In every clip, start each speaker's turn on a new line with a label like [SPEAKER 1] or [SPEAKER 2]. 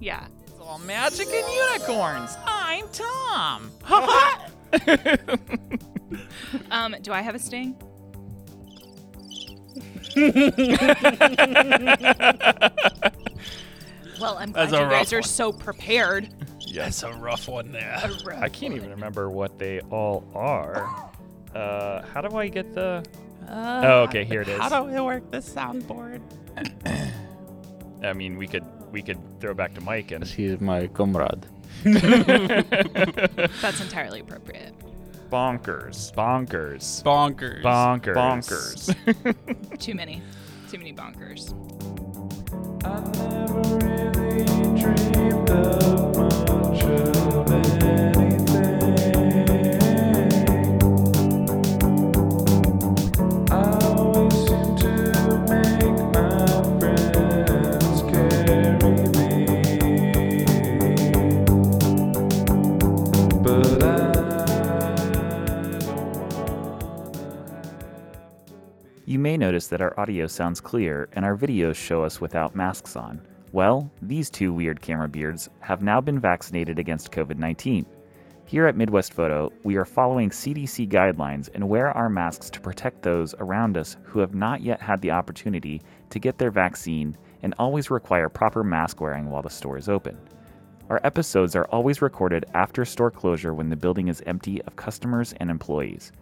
[SPEAKER 1] Yeah. It's all magic and unicorns. I'm Tom.
[SPEAKER 2] Um, do I have a sting? well, I'm glad
[SPEAKER 3] That's a
[SPEAKER 2] you guys
[SPEAKER 3] rough
[SPEAKER 2] are so prepared.
[SPEAKER 3] Yes, a rough one there.
[SPEAKER 4] I can't even remember what they all are. Uh, how do I get the?
[SPEAKER 2] Uh,
[SPEAKER 4] Oh, okay, here it is.
[SPEAKER 1] How do we work the soundboard?
[SPEAKER 4] I mean, we could we could throw back to Mike and
[SPEAKER 5] He's my comrade.
[SPEAKER 2] That's entirely appropriate.
[SPEAKER 4] bonkers, bonkers,
[SPEAKER 3] Bonkers.
[SPEAKER 4] bonkers,
[SPEAKER 5] Bonkers.
[SPEAKER 2] Too many. Too many bonkers.
[SPEAKER 6] You may notice that our audio sounds clear and our videos show us without masks on. Well, these two weird camera beards have now been vaccinated against COVID 19. Here at Midwest Photo, we are following CDC guidelines and wear our masks to protect those around us who have not yet had the opportunity to get their vaccine and always require proper mask wearing while the store is open. Our episodes are always recorded after store closure when the building is empty of customers and employees.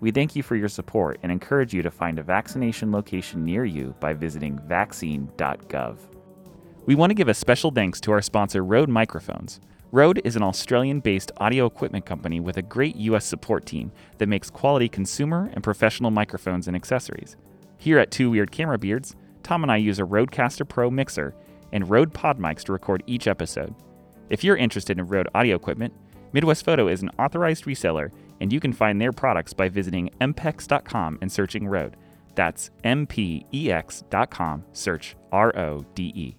[SPEAKER 6] We thank you for your support and encourage you to find a vaccination location near you by visiting vaccine.gov. We want to give a special thanks to our sponsor, Rode Microphones. Rode is an Australian based audio equipment company with a great US support team that makes quality consumer and professional microphones and accessories. Here at Two Weird Camera Beards, Tom and I use a Rodecaster Pro mixer and Rode pod mics to record each episode. If you're interested in Rode audio equipment, Midwest Photo is an authorized reseller, and you can find their products by visiting E mpex.com and searching Rode. That's E mpex.com, search R O D E.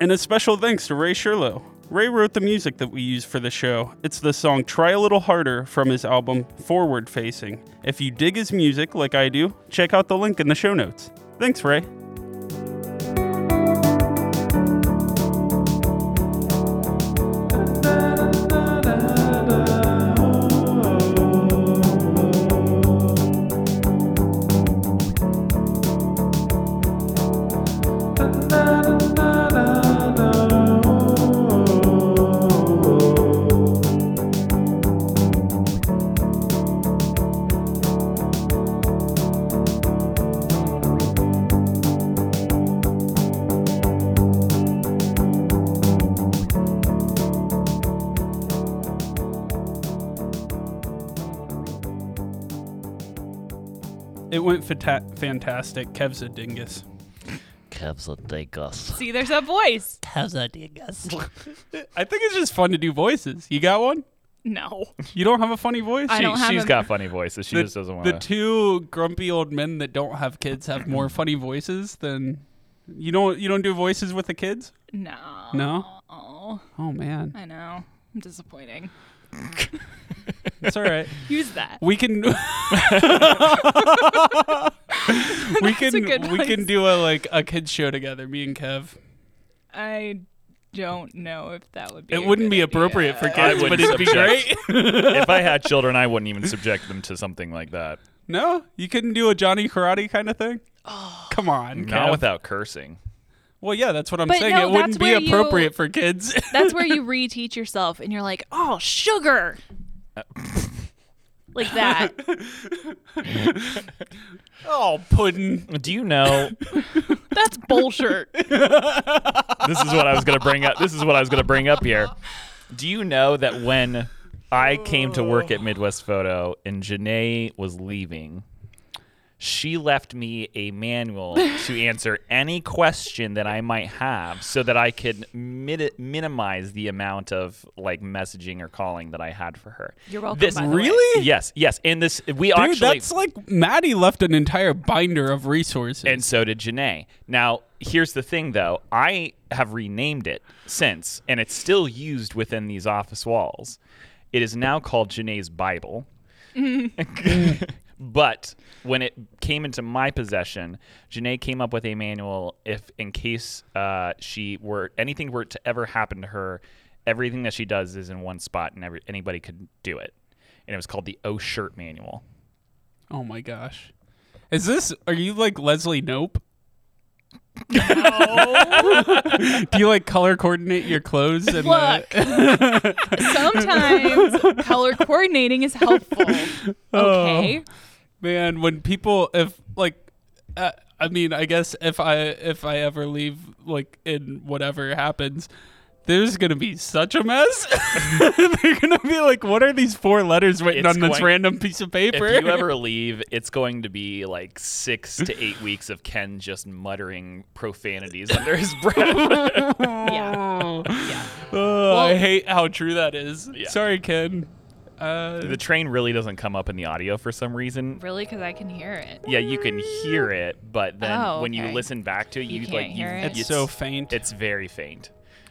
[SPEAKER 3] And a special thanks to Ray Sherlow. Ray wrote the music that we use for the show. It's the song Try a Little Harder from his album Forward Facing. If you dig his music like I do, check out the link in the show notes. Thanks, Ray. It went fata- fantastic. Kev's a dingus.
[SPEAKER 7] Cubs will take us.
[SPEAKER 2] See, there's a voice.
[SPEAKER 7] Cubs will take us.
[SPEAKER 3] I think it's just fun to do voices. You got one?
[SPEAKER 2] No.
[SPEAKER 3] You don't have a funny voice?
[SPEAKER 2] I
[SPEAKER 4] She,
[SPEAKER 2] don't have
[SPEAKER 4] has
[SPEAKER 2] a-
[SPEAKER 4] got funny voices. She
[SPEAKER 3] the,
[SPEAKER 4] just doesn't
[SPEAKER 3] the
[SPEAKER 4] want to.
[SPEAKER 3] two grumpy old men that don't have kids have more funny voices than you don't you don't do voices with the kids?
[SPEAKER 2] No.
[SPEAKER 3] No?
[SPEAKER 2] Oh,
[SPEAKER 3] Oh man.
[SPEAKER 2] I know. I'm disappointing.
[SPEAKER 3] It's all right.
[SPEAKER 2] Use that.
[SPEAKER 3] We can We can
[SPEAKER 2] a good
[SPEAKER 3] we can
[SPEAKER 2] place.
[SPEAKER 3] do a like a kids show together, me and Kev.
[SPEAKER 2] I don't know if that would be.
[SPEAKER 3] It wouldn't
[SPEAKER 2] good
[SPEAKER 3] be appropriate
[SPEAKER 2] idea.
[SPEAKER 3] for
[SPEAKER 4] I
[SPEAKER 3] kids,
[SPEAKER 4] wouldn't
[SPEAKER 3] but it'd be great.
[SPEAKER 4] subject- if I had children, I wouldn't even subject them to something like that.
[SPEAKER 3] no? You couldn't do a Johnny Karate kind of thing?
[SPEAKER 2] Oh.
[SPEAKER 3] Come on.
[SPEAKER 4] Not
[SPEAKER 3] Kev.
[SPEAKER 4] without cursing.
[SPEAKER 3] Well, yeah, that's what I'm
[SPEAKER 2] But
[SPEAKER 3] saying.
[SPEAKER 2] no,
[SPEAKER 3] it wouldn't
[SPEAKER 2] that's
[SPEAKER 3] be
[SPEAKER 2] where you-
[SPEAKER 3] appropriate for kids.
[SPEAKER 2] That's where you reteach yourself, and you're like, "Oh, sugar,"
[SPEAKER 3] Uh,
[SPEAKER 2] like that.
[SPEAKER 3] oh, pudding.
[SPEAKER 4] Do you know
[SPEAKER 2] That's bullshit.
[SPEAKER 4] this is what I was gonna bring up. This is what I was gonna bring up here. Do you know that when I came to work at Midwest Photo and Janae was leaving, she left me a manual to answer any question that I might have, so that I could mid- minimize the amount of like messaging or calling that I had for her.
[SPEAKER 2] You're welcome,
[SPEAKER 4] This
[SPEAKER 2] by the way.
[SPEAKER 3] Really?
[SPEAKER 4] yes, yes. And this we
[SPEAKER 3] Dude,
[SPEAKER 4] actually
[SPEAKER 3] that's like Maddie left an entire binder of resources.
[SPEAKER 4] and so did Janae. Now, here's the thing though. I have renamed it since, and it's still used within these office walls. It is now called Janae's Bible. But when it came into my possession, Janae came up with a manual if, in case uh, she were anything were to ever happen to her, everything that she does is in one spot, and every, anybody could do it. And it was called the O Shirt Manual.
[SPEAKER 3] Oh my gosh. Is this are you like Leslie Nope? Do you like color coordinate your clothes and uh, the,
[SPEAKER 2] Look, sometimes color coordinating is helpful.
[SPEAKER 4] Oh.
[SPEAKER 2] Okay.
[SPEAKER 3] man when people if like uh, I mean I guess if I if I ever leave like in whatever happens there's gonna be such a mess. They're gonna be like, "What are these four letters written
[SPEAKER 4] It's
[SPEAKER 3] on this
[SPEAKER 4] going-
[SPEAKER 3] random piece of paper?"
[SPEAKER 4] If you ever leave, it's going to be like six to eight weeks of Ken just muttering profanities under his breath.
[SPEAKER 2] Yeah. Yeah.
[SPEAKER 3] Oh, I hate how true that is.
[SPEAKER 4] Yeah.
[SPEAKER 3] Sorry, Ken. Uh,
[SPEAKER 4] the train really doesn't come up in the audio for some reason.
[SPEAKER 2] Really, because I can hear it.
[SPEAKER 4] Yeah, you can hear it, but then
[SPEAKER 2] Oh,
[SPEAKER 4] when you
[SPEAKER 2] okay.
[SPEAKER 4] listen back to it, you,
[SPEAKER 2] You
[SPEAKER 4] like
[SPEAKER 2] can't hear it?
[SPEAKER 3] it's, so faint.
[SPEAKER 4] it's very faint,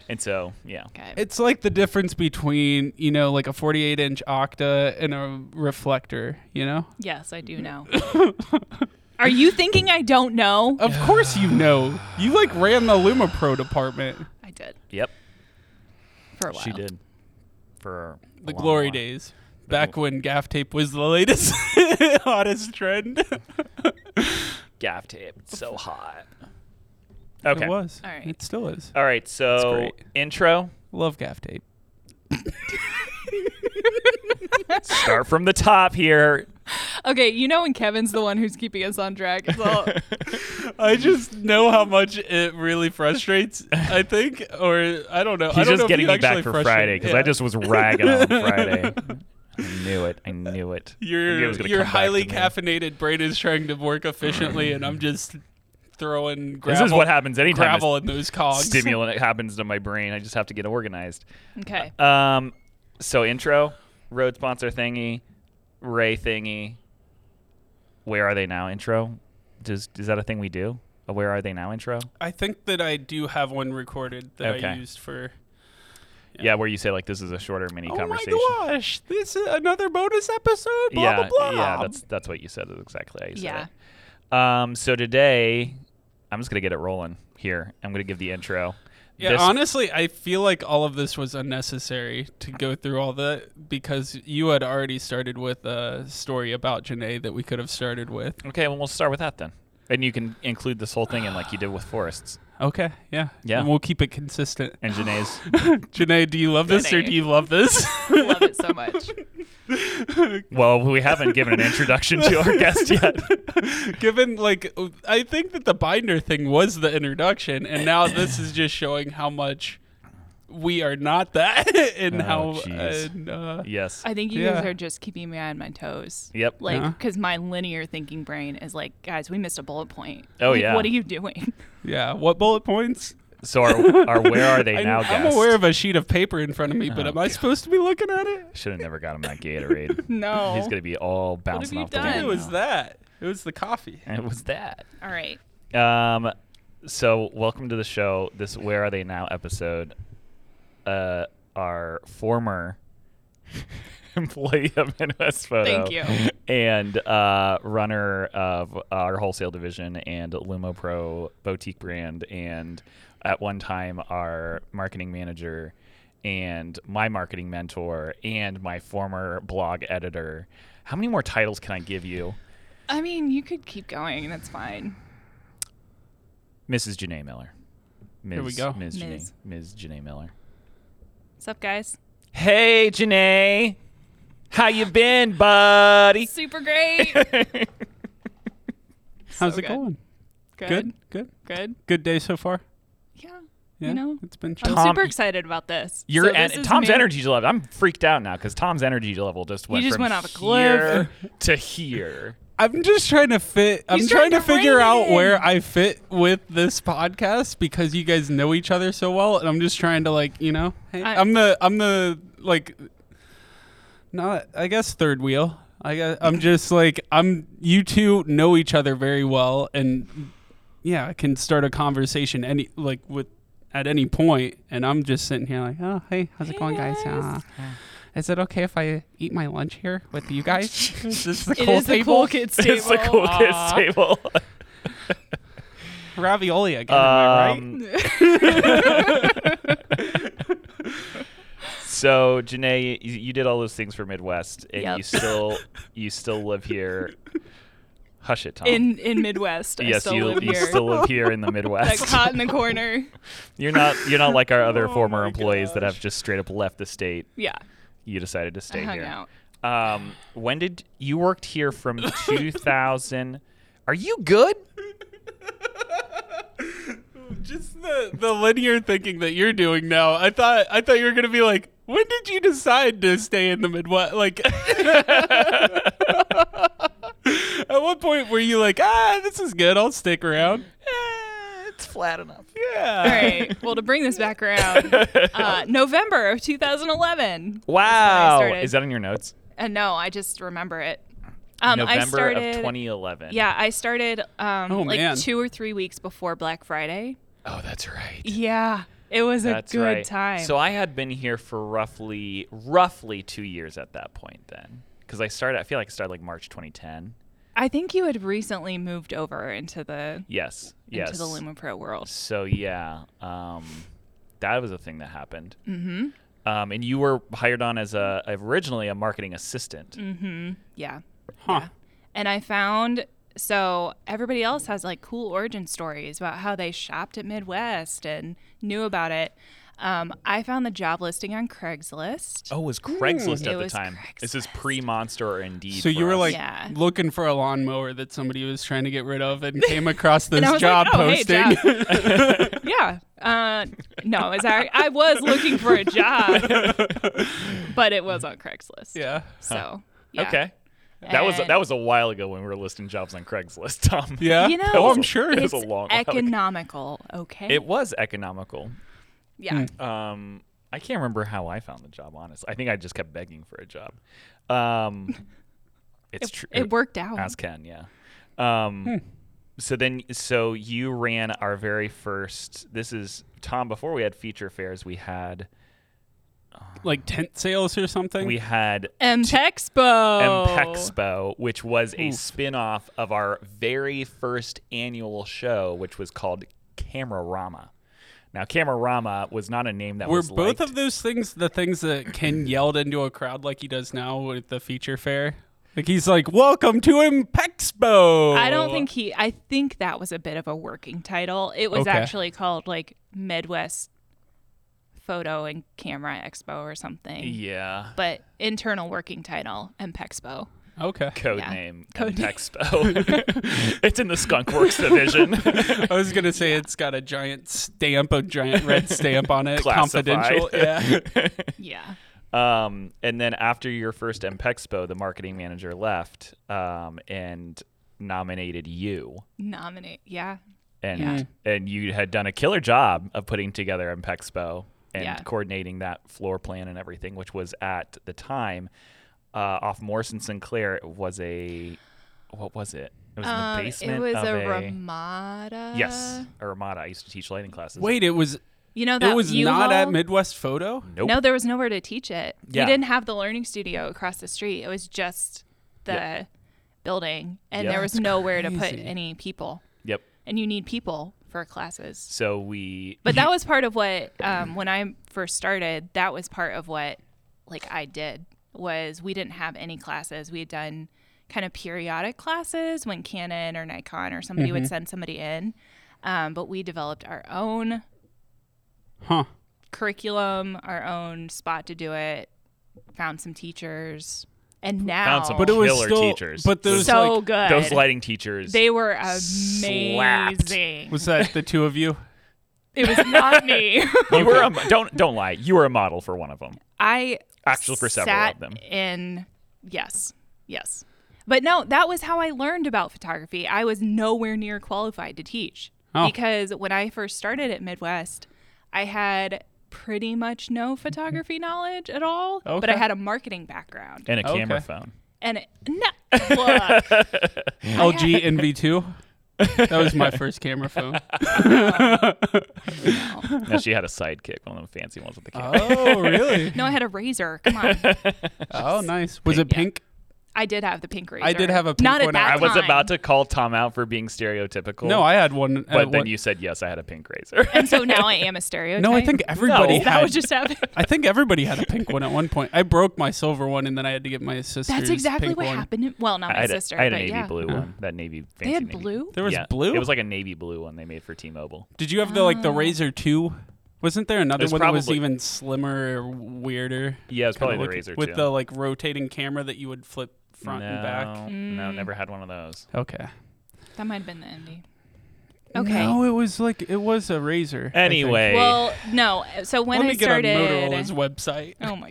[SPEAKER 4] and so Oh, yeah,
[SPEAKER 2] Okay.
[SPEAKER 3] It's like the difference between, you know, like a 48 inch octa and a reflector, you know?
[SPEAKER 2] yes, I do know. Are you thinking I don't know?
[SPEAKER 4] Oh.
[SPEAKER 3] Of course you know. You like ran the LumaPro department.
[SPEAKER 2] I did
[SPEAKER 4] yep,
[SPEAKER 2] for a while.
[SPEAKER 4] she did for a
[SPEAKER 3] The
[SPEAKER 4] long
[SPEAKER 3] glory
[SPEAKER 4] while.
[SPEAKER 3] days. Back when gaff tape was the latest, hottest trend.
[SPEAKER 4] Gaff tape, it's so hot. Okay,
[SPEAKER 3] It was.
[SPEAKER 2] All right.
[SPEAKER 3] It still is.
[SPEAKER 4] all right.
[SPEAKER 6] Oh,
[SPEAKER 4] So
[SPEAKER 3] great.
[SPEAKER 4] intro,
[SPEAKER 3] Love gaff tape.
[SPEAKER 4] start from the top here.
[SPEAKER 2] Okay, you know when Kevin's the one who's keeping us on track. It's all
[SPEAKER 3] I just know how much it really frustrates, I think. Or I don't know. I
[SPEAKER 4] He's
[SPEAKER 3] don't know
[SPEAKER 4] just
[SPEAKER 3] if
[SPEAKER 4] getting
[SPEAKER 3] you
[SPEAKER 4] me back
[SPEAKER 3] actually
[SPEAKER 4] for
[SPEAKER 3] frustrate-
[SPEAKER 4] Friday because I
[SPEAKER 3] Yeah.
[SPEAKER 4] just was ragging on Friday. I knew it. I knew it. I knew it
[SPEAKER 3] Your
[SPEAKER 4] was gonna
[SPEAKER 3] your
[SPEAKER 4] come back
[SPEAKER 3] highly
[SPEAKER 4] to me.
[SPEAKER 3] caffeinated brain is trying to work efficiently, and I'm just throwing gravel.
[SPEAKER 4] This is what happens anytime a
[SPEAKER 3] Gravel in those cogs.
[SPEAKER 4] stimulant happens to my brain. I just have to get organized.
[SPEAKER 2] okay.
[SPEAKER 4] Um, so intro, road sponsor thingy, Ray thingy. Where are they now? Intro. Does is that a thing we do? A where are they now? Intro.
[SPEAKER 3] I think that I do have one recorded that I
[SPEAKER 4] Okay.
[SPEAKER 3] used for.
[SPEAKER 4] Yeah, where you say like this is a shorter mini
[SPEAKER 3] Oh my
[SPEAKER 4] conversation.
[SPEAKER 3] gosh! This is another bonus episode. Blah
[SPEAKER 4] yeah,
[SPEAKER 3] blah blah.
[SPEAKER 4] yeah, that's that's what you said. That's exactly how you said
[SPEAKER 2] Yeah.
[SPEAKER 4] it. Um, so today, I'm just gonna get it rolling here. I'm gonna give the intro.
[SPEAKER 3] Yeah,
[SPEAKER 4] This-
[SPEAKER 3] honestly, I feel like all of this was unnecessary to go through all the because you had already started with a story about Janae that we could have started with.
[SPEAKER 4] okay, well we'll start with that then, and you can include this whole thing in like you did with forests
[SPEAKER 3] Okay, yeah,
[SPEAKER 4] Yeah.
[SPEAKER 3] and we'll keep it consistent.
[SPEAKER 4] and Janae's.
[SPEAKER 3] Janae, do you love this or
[SPEAKER 2] Janae.
[SPEAKER 3] do you love this?
[SPEAKER 2] Love it so much.
[SPEAKER 4] well, we haven't given an introduction to our guest yet.
[SPEAKER 3] Given like I think that the binder thing was the introduction and now this is just showing how much we are not that and
[SPEAKER 4] Oh,
[SPEAKER 3] how
[SPEAKER 4] jeez.
[SPEAKER 3] and, uh,
[SPEAKER 4] Yes.
[SPEAKER 2] I think you guys
[SPEAKER 3] Yeah.
[SPEAKER 2] are just keeping me on my toes.
[SPEAKER 4] Yep.
[SPEAKER 2] Like,
[SPEAKER 3] Yeah.
[SPEAKER 2] because my linear thinking brain is like, guys, we missed a bullet point.
[SPEAKER 4] Oh,
[SPEAKER 2] Like,
[SPEAKER 4] yeah.
[SPEAKER 2] What are you doing?
[SPEAKER 3] yeah, what bullet points?
[SPEAKER 4] So our, our where are they
[SPEAKER 3] I,
[SPEAKER 4] now?
[SPEAKER 3] I'm
[SPEAKER 4] guest.
[SPEAKER 3] aware of a sheet of paper in front of me, but
[SPEAKER 4] Oh,
[SPEAKER 3] am I supposed to be looking at it?
[SPEAKER 4] Should have never got him that Gatorade.
[SPEAKER 2] No.
[SPEAKER 4] He's gonna be all bouncing
[SPEAKER 2] you
[SPEAKER 4] off
[SPEAKER 2] done?
[SPEAKER 4] the wall
[SPEAKER 3] It was
[SPEAKER 4] now.
[SPEAKER 3] that. It was the coffee.
[SPEAKER 4] It was that.
[SPEAKER 2] All right.
[SPEAKER 4] Um, so welcome to the show. This "Where Are They Now" episode. Uh, our former employee of NS Photo,
[SPEAKER 2] Thank you.
[SPEAKER 4] and uh, runner of our wholesale division and Lumo Pro boutique brand, and at one time our marketing manager. And my marketing mentor and my former blog editor. How many more titles can I give you?
[SPEAKER 2] I mean, you could keep going. That's fine.
[SPEAKER 4] Mrs. Janae Miller. Ms.
[SPEAKER 3] we go.
[SPEAKER 4] Ms. Janae,
[SPEAKER 2] Ms.
[SPEAKER 4] Ms. Janae Miller.
[SPEAKER 2] What's up, guys?
[SPEAKER 4] Hey, Janae. How you been, buddy?
[SPEAKER 2] Super great.
[SPEAKER 3] How's
[SPEAKER 2] So
[SPEAKER 3] it
[SPEAKER 2] good.
[SPEAKER 3] going?
[SPEAKER 2] Good.
[SPEAKER 3] Good. Good.
[SPEAKER 2] Good.
[SPEAKER 3] Good day so far.
[SPEAKER 2] Yeah.
[SPEAKER 3] Yeah,
[SPEAKER 2] You know,
[SPEAKER 3] it's been
[SPEAKER 2] I'm
[SPEAKER 3] chill.
[SPEAKER 4] Tom-
[SPEAKER 2] super excited about this.
[SPEAKER 4] Your
[SPEAKER 2] So this
[SPEAKER 4] en-
[SPEAKER 2] is
[SPEAKER 4] Tom's
[SPEAKER 2] me-
[SPEAKER 4] energy level. I'm freaked out now because Tom's energy level just went
[SPEAKER 2] just
[SPEAKER 4] from
[SPEAKER 2] went off a cliff.
[SPEAKER 4] here to here.
[SPEAKER 3] I'm just trying to fit. I'm
[SPEAKER 2] He's
[SPEAKER 3] trying,
[SPEAKER 2] trying
[SPEAKER 3] to,
[SPEAKER 2] to
[SPEAKER 3] figure
[SPEAKER 2] rein it
[SPEAKER 3] out
[SPEAKER 2] in.
[SPEAKER 3] where I fit with this podcast because you guys know each other so well, and I'm just trying to like, you know, hey,
[SPEAKER 2] I-
[SPEAKER 3] I'm the, I'm the like, not, I guess third wheel. I guess I'm just like, I'm. You two know each other very well, and yeah, I can start a conversation any like with at any point, and I'm just sitting here like, oh hey, how's it going, guys?
[SPEAKER 2] guys.
[SPEAKER 3] Ah. Is it okay if I eat my lunch here with you guys? is this the
[SPEAKER 2] It
[SPEAKER 3] cool
[SPEAKER 2] is the
[SPEAKER 3] table?
[SPEAKER 2] cool kids table.
[SPEAKER 4] It's the cool
[SPEAKER 3] Aw.
[SPEAKER 4] kids table.
[SPEAKER 3] Ravioli again, am I right?
[SPEAKER 4] Um, so Janae, you, you did all those things for Midwest, and
[SPEAKER 7] Yep.
[SPEAKER 4] you still you still live here. Hush it, Tom.
[SPEAKER 2] in in Midwest. I
[SPEAKER 4] yes,
[SPEAKER 2] still
[SPEAKER 4] you
[SPEAKER 2] live
[SPEAKER 4] you
[SPEAKER 2] here.
[SPEAKER 4] still live here in the
[SPEAKER 2] like
[SPEAKER 4] Midwest.
[SPEAKER 2] hot in the corner.
[SPEAKER 4] You're not you're not like our other
[SPEAKER 3] Oh
[SPEAKER 4] former
[SPEAKER 3] my
[SPEAKER 4] employees that
[SPEAKER 3] gosh.
[SPEAKER 4] have just straight up left the state.
[SPEAKER 2] Yeah,
[SPEAKER 4] You decided to
[SPEAKER 2] I
[SPEAKER 4] stay
[SPEAKER 2] hung
[SPEAKER 4] here.
[SPEAKER 2] out.
[SPEAKER 4] Um, when did you worked here from 2000? Are you good?
[SPEAKER 3] Just the, the linear thinking that you're doing now. I thought I thought you were gonna be like, when did you decide to stay in the Midwest? Like, at what point were you like, ah, this is good. I'll stick around.
[SPEAKER 2] Eh,
[SPEAKER 7] it's flat enough.
[SPEAKER 3] Yeah.
[SPEAKER 2] All right. Well, to bring this back around, uh, November of 2011.
[SPEAKER 4] Wow.
[SPEAKER 2] started.
[SPEAKER 4] Is that on your notes?
[SPEAKER 2] And Uh, no, I just remember it. Um,
[SPEAKER 4] November
[SPEAKER 2] I started,
[SPEAKER 4] of 2011.
[SPEAKER 2] Yeah, I started um,
[SPEAKER 3] Oh,
[SPEAKER 2] like
[SPEAKER 3] man.
[SPEAKER 2] two or three weeks before Black Friday.
[SPEAKER 4] Oh, that's right.
[SPEAKER 2] Yeah, it was
[SPEAKER 4] That's
[SPEAKER 2] a good
[SPEAKER 4] right.
[SPEAKER 2] time.
[SPEAKER 4] So I had been here for roughly roughly two years at that point then, because I started. I feel like I started like March 2010.
[SPEAKER 2] I think you had recently moved over into the
[SPEAKER 4] Yes. Yes.
[SPEAKER 2] into the Lumipro world.
[SPEAKER 4] So yeah, um, that was a thing that happened. Mm-hmm. Um, and you were hired on as a originally a marketing assistant.
[SPEAKER 2] Mm-hmm. Yeah.
[SPEAKER 3] Huh.
[SPEAKER 2] And I found so everybody else has like cool origin stories about how they shopped at Midwest and knew about it. Um, I found the job listing on Craigslist.
[SPEAKER 4] Oh, it was Craigslist
[SPEAKER 2] It
[SPEAKER 4] at the
[SPEAKER 2] was
[SPEAKER 4] time. This is
[SPEAKER 2] Craigslist.
[SPEAKER 4] pre Monster or Indeed.
[SPEAKER 3] So you
[SPEAKER 4] for
[SPEAKER 3] were
[SPEAKER 4] us.
[SPEAKER 3] like
[SPEAKER 2] Yeah.
[SPEAKER 3] looking for a lawnmower that somebody was trying to get rid of and came across this
[SPEAKER 2] And I was
[SPEAKER 3] job
[SPEAKER 2] like, oh,
[SPEAKER 3] posting.
[SPEAKER 2] Hey, job. yeah. Uh, no, it's I, I was looking for a job, but it was on Craigslist.
[SPEAKER 3] yeah.
[SPEAKER 2] So, yeah.
[SPEAKER 4] okay. That was
[SPEAKER 2] And-
[SPEAKER 4] that was a while ago when we were listing jobs on Craigslist, Tom.
[SPEAKER 3] Yeah.
[SPEAKER 2] You know,
[SPEAKER 3] oh, I'm sure.
[SPEAKER 4] it was
[SPEAKER 2] It's
[SPEAKER 4] a long while ago.
[SPEAKER 2] economical, okay?
[SPEAKER 4] It was economical.
[SPEAKER 2] yeah.
[SPEAKER 4] Um, I can't remember how I found the job. Honestly, I think I just kept begging for a job. Um, it's true.
[SPEAKER 2] It worked out.
[SPEAKER 4] As can, yeah. Um,
[SPEAKER 3] Hmm.
[SPEAKER 4] So then, so you ran our very first. This is Tom. Before we had feature fairs, we had
[SPEAKER 3] Like tent sales or something.
[SPEAKER 4] we had
[SPEAKER 3] Oh.
[SPEAKER 2] MPEXPO.
[SPEAKER 4] MPEXPO, which was a spin-off of our very first annual show, which was called Camerama. Now, Camerama was not a name that
[SPEAKER 3] were
[SPEAKER 4] was
[SPEAKER 3] both
[SPEAKER 4] liked.
[SPEAKER 3] of those things the things that Ken yelled into a crowd like he does now with the feature fair? Like he's like, "Welcome to Impexpo."
[SPEAKER 2] I don't think he. I think that was a bit of a working title. It was
[SPEAKER 3] Okay.
[SPEAKER 2] actually called like Midwest Photo and Camera Expo or something.
[SPEAKER 4] yeah.
[SPEAKER 2] But internal working title MPEXPO.
[SPEAKER 3] Okay,
[SPEAKER 4] Code
[SPEAKER 2] Yeah.
[SPEAKER 4] name
[SPEAKER 2] Code name.
[SPEAKER 4] MPEXPO. it's in the Skunk Works division.
[SPEAKER 3] I was gonna say it's got a giant stamp, a giant red stamp on it.
[SPEAKER 4] Classified.
[SPEAKER 3] Confidential. Yeah.
[SPEAKER 2] Yeah.
[SPEAKER 4] Um, and then after your first E MPEXPO, the marketing manager left um, and nominated you.
[SPEAKER 2] Nominate. Yeah.
[SPEAKER 4] And
[SPEAKER 2] Yeah.
[SPEAKER 4] and you had done a killer job of putting together E MPEXPO and
[SPEAKER 2] Yeah.
[SPEAKER 4] coordinating that floor plan and everything, which was at the time uh, off Morrison Sinclair. It was a what was it? It was in the
[SPEAKER 2] Um,
[SPEAKER 4] basement.
[SPEAKER 2] it was
[SPEAKER 4] of
[SPEAKER 2] a,
[SPEAKER 4] a,
[SPEAKER 2] Ramada.
[SPEAKER 4] yes, a Ramada. I used to teach lighting classes.
[SPEAKER 3] Wait, it was
[SPEAKER 2] You know that
[SPEAKER 3] it was
[SPEAKER 2] U-Haul?
[SPEAKER 3] not at Midwest Photo.
[SPEAKER 4] nope.
[SPEAKER 2] No, there was nowhere to teach it.
[SPEAKER 4] Yeah.
[SPEAKER 2] We didn't have the learning studio across the street. It was just the building, and
[SPEAKER 4] Yeah.
[SPEAKER 2] there was nowhere to put
[SPEAKER 3] crazy.
[SPEAKER 2] any people.
[SPEAKER 4] Yep.
[SPEAKER 2] And you need people for classes.
[SPEAKER 4] So we
[SPEAKER 2] But that was part of what um, when I first started. That was part of what like I did was we didn't have any classes. We had done kind of periodic classes when Canon or Nikon or somebody
[SPEAKER 3] Mm-hmm.
[SPEAKER 2] would send somebody in, um, but we developed our own
[SPEAKER 3] Huh.
[SPEAKER 2] curriculum, our own spot to do it. Found some teachers, and now
[SPEAKER 4] found some
[SPEAKER 3] But it was
[SPEAKER 4] killer
[SPEAKER 3] still-
[SPEAKER 4] teachers.
[SPEAKER 3] but those- was
[SPEAKER 2] so
[SPEAKER 3] like-
[SPEAKER 2] good.
[SPEAKER 4] those lighting teachers.
[SPEAKER 2] they were
[SPEAKER 4] slapped.
[SPEAKER 2] amazing.
[SPEAKER 3] Was that the two of you?
[SPEAKER 2] It was not me.
[SPEAKER 4] you were a, don't don't lie. You were a model for one of them.
[SPEAKER 2] I
[SPEAKER 4] Actually, for several
[SPEAKER 2] sat
[SPEAKER 4] of them.
[SPEAKER 2] In yes, yes, but no, that was how I learned about photography. I was nowhere near qualified to teach
[SPEAKER 3] Oh.
[SPEAKER 2] because when I first started at Midwest, I had pretty much no photography knowledge at all, but I
[SPEAKER 3] Okay.
[SPEAKER 2] had a marketing background
[SPEAKER 4] And a camera
[SPEAKER 3] Okay.
[SPEAKER 4] phone.
[SPEAKER 3] Oh,
[SPEAKER 2] and it, no, look,
[SPEAKER 3] LG NV2. That was my first camera phone.
[SPEAKER 4] No, she had a sidekick, one of them fancy ones with the camera.
[SPEAKER 3] Oh, really?
[SPEAKER 2] No, I had a razor. Come on.
[SPEAKER 3] Oh, nice. Was it pink?
[SPEAKER 2] I did have the pink razor.
[SPEAKER 3] I did have a pink
[SPEAKER 2] Not at
[SPEAKER 3] one.
[SPEAKER 2] that
[SPEAKER 4] I was
[SPEAKER 2] time.
[SPEAKER 4] about to call Tom out for being stereotypical.
[SPEAKER 3] No, I had one.
[SPEAKER 4] But
[SPEAKER 3] uh,
[SPEAKER 4] then
[SPEAKER 3] one-
[SPEAKER 4] you said yes. I had a pink razor.
[SPEAKER 2] And so now I am a stereotype.
[SPEAKER 3] No, I think everybody
[SPEAKER 2] Is
[SPEAKER 3] had.
[SPEAKER 2] that what just happened.
[SPEAKER 3] I think everybody had a pink one at one point. I broke my silver one, and then I had to get my sister's.
[SPEAKER 2] That's exactly
[SPEAKER 3] pink
[SPEAKER 2] what
[SPEAKER 3] one.
[SPEAKER 2] happened. to- well, not
[SPEAKER 4] I
[SPEAKER 2] my
[SPEAKER 4] had, a-
[SPEAKER 2] sister,
[SPEAKER 4] I had a
[SPEAKER 2] but
[SPEAKER 4] navy
[SPEAKER 2] yeah.
[SPEAKER 4] blue one. That navy.
[SPEAKER 2] They
[SPEAKER 4] Fancy
[SPEAKER 2] had
[SPEAKER 4] navy.
[SPEAKER 2] blue.
[SPEAKER 3] There was
[SPEAKER 4] Yeah,
[SPEAKER 3] blue.
[SPEAKER 4] It was like a navy blue one they made for T-Mobile.
[SPEAKER 3] Did you have the
[SPEAKER 2] Uh.
[SPEAKER 3] like the Razor Two? Wasn't there another
[SPEAKER 4] There's
[SPEAKER 3] one that was
[SPEAKER 4] probably-
[SPEAKER 3] even slimmer or weirder?
[SPEAKER 4] Yeah, it was probably
[SPEAKER 3] Kinda
[SPEAKER 4] the
[SPEAKER 3] look-
[SPEAKER 4] Razor
[SPEAKER 3] with
[SPEAKER 4] too.
[SPEAKER 3] the like rotating camera that you would flip front and back.
[SPEAKER 2] Hmm.
[SPEAKER 4] No, never had one of those.
[SPEAKER 3] Okay.
[SPEAKER 2] That might have been the envy. Okay.
[SPEAKER 3] No, it was like it was a Razor. I think.
[SPEAKER 4] Anyway,
[SPEAKER 2] Well, no. So when
[SPEAKER 3] let
[SPEAKER 2] I
[SPEAKER 3] me
[SPEAKER 2] started,
[SPEAKER 3] get on Motorola's website.
[SPEAKER 2] oh my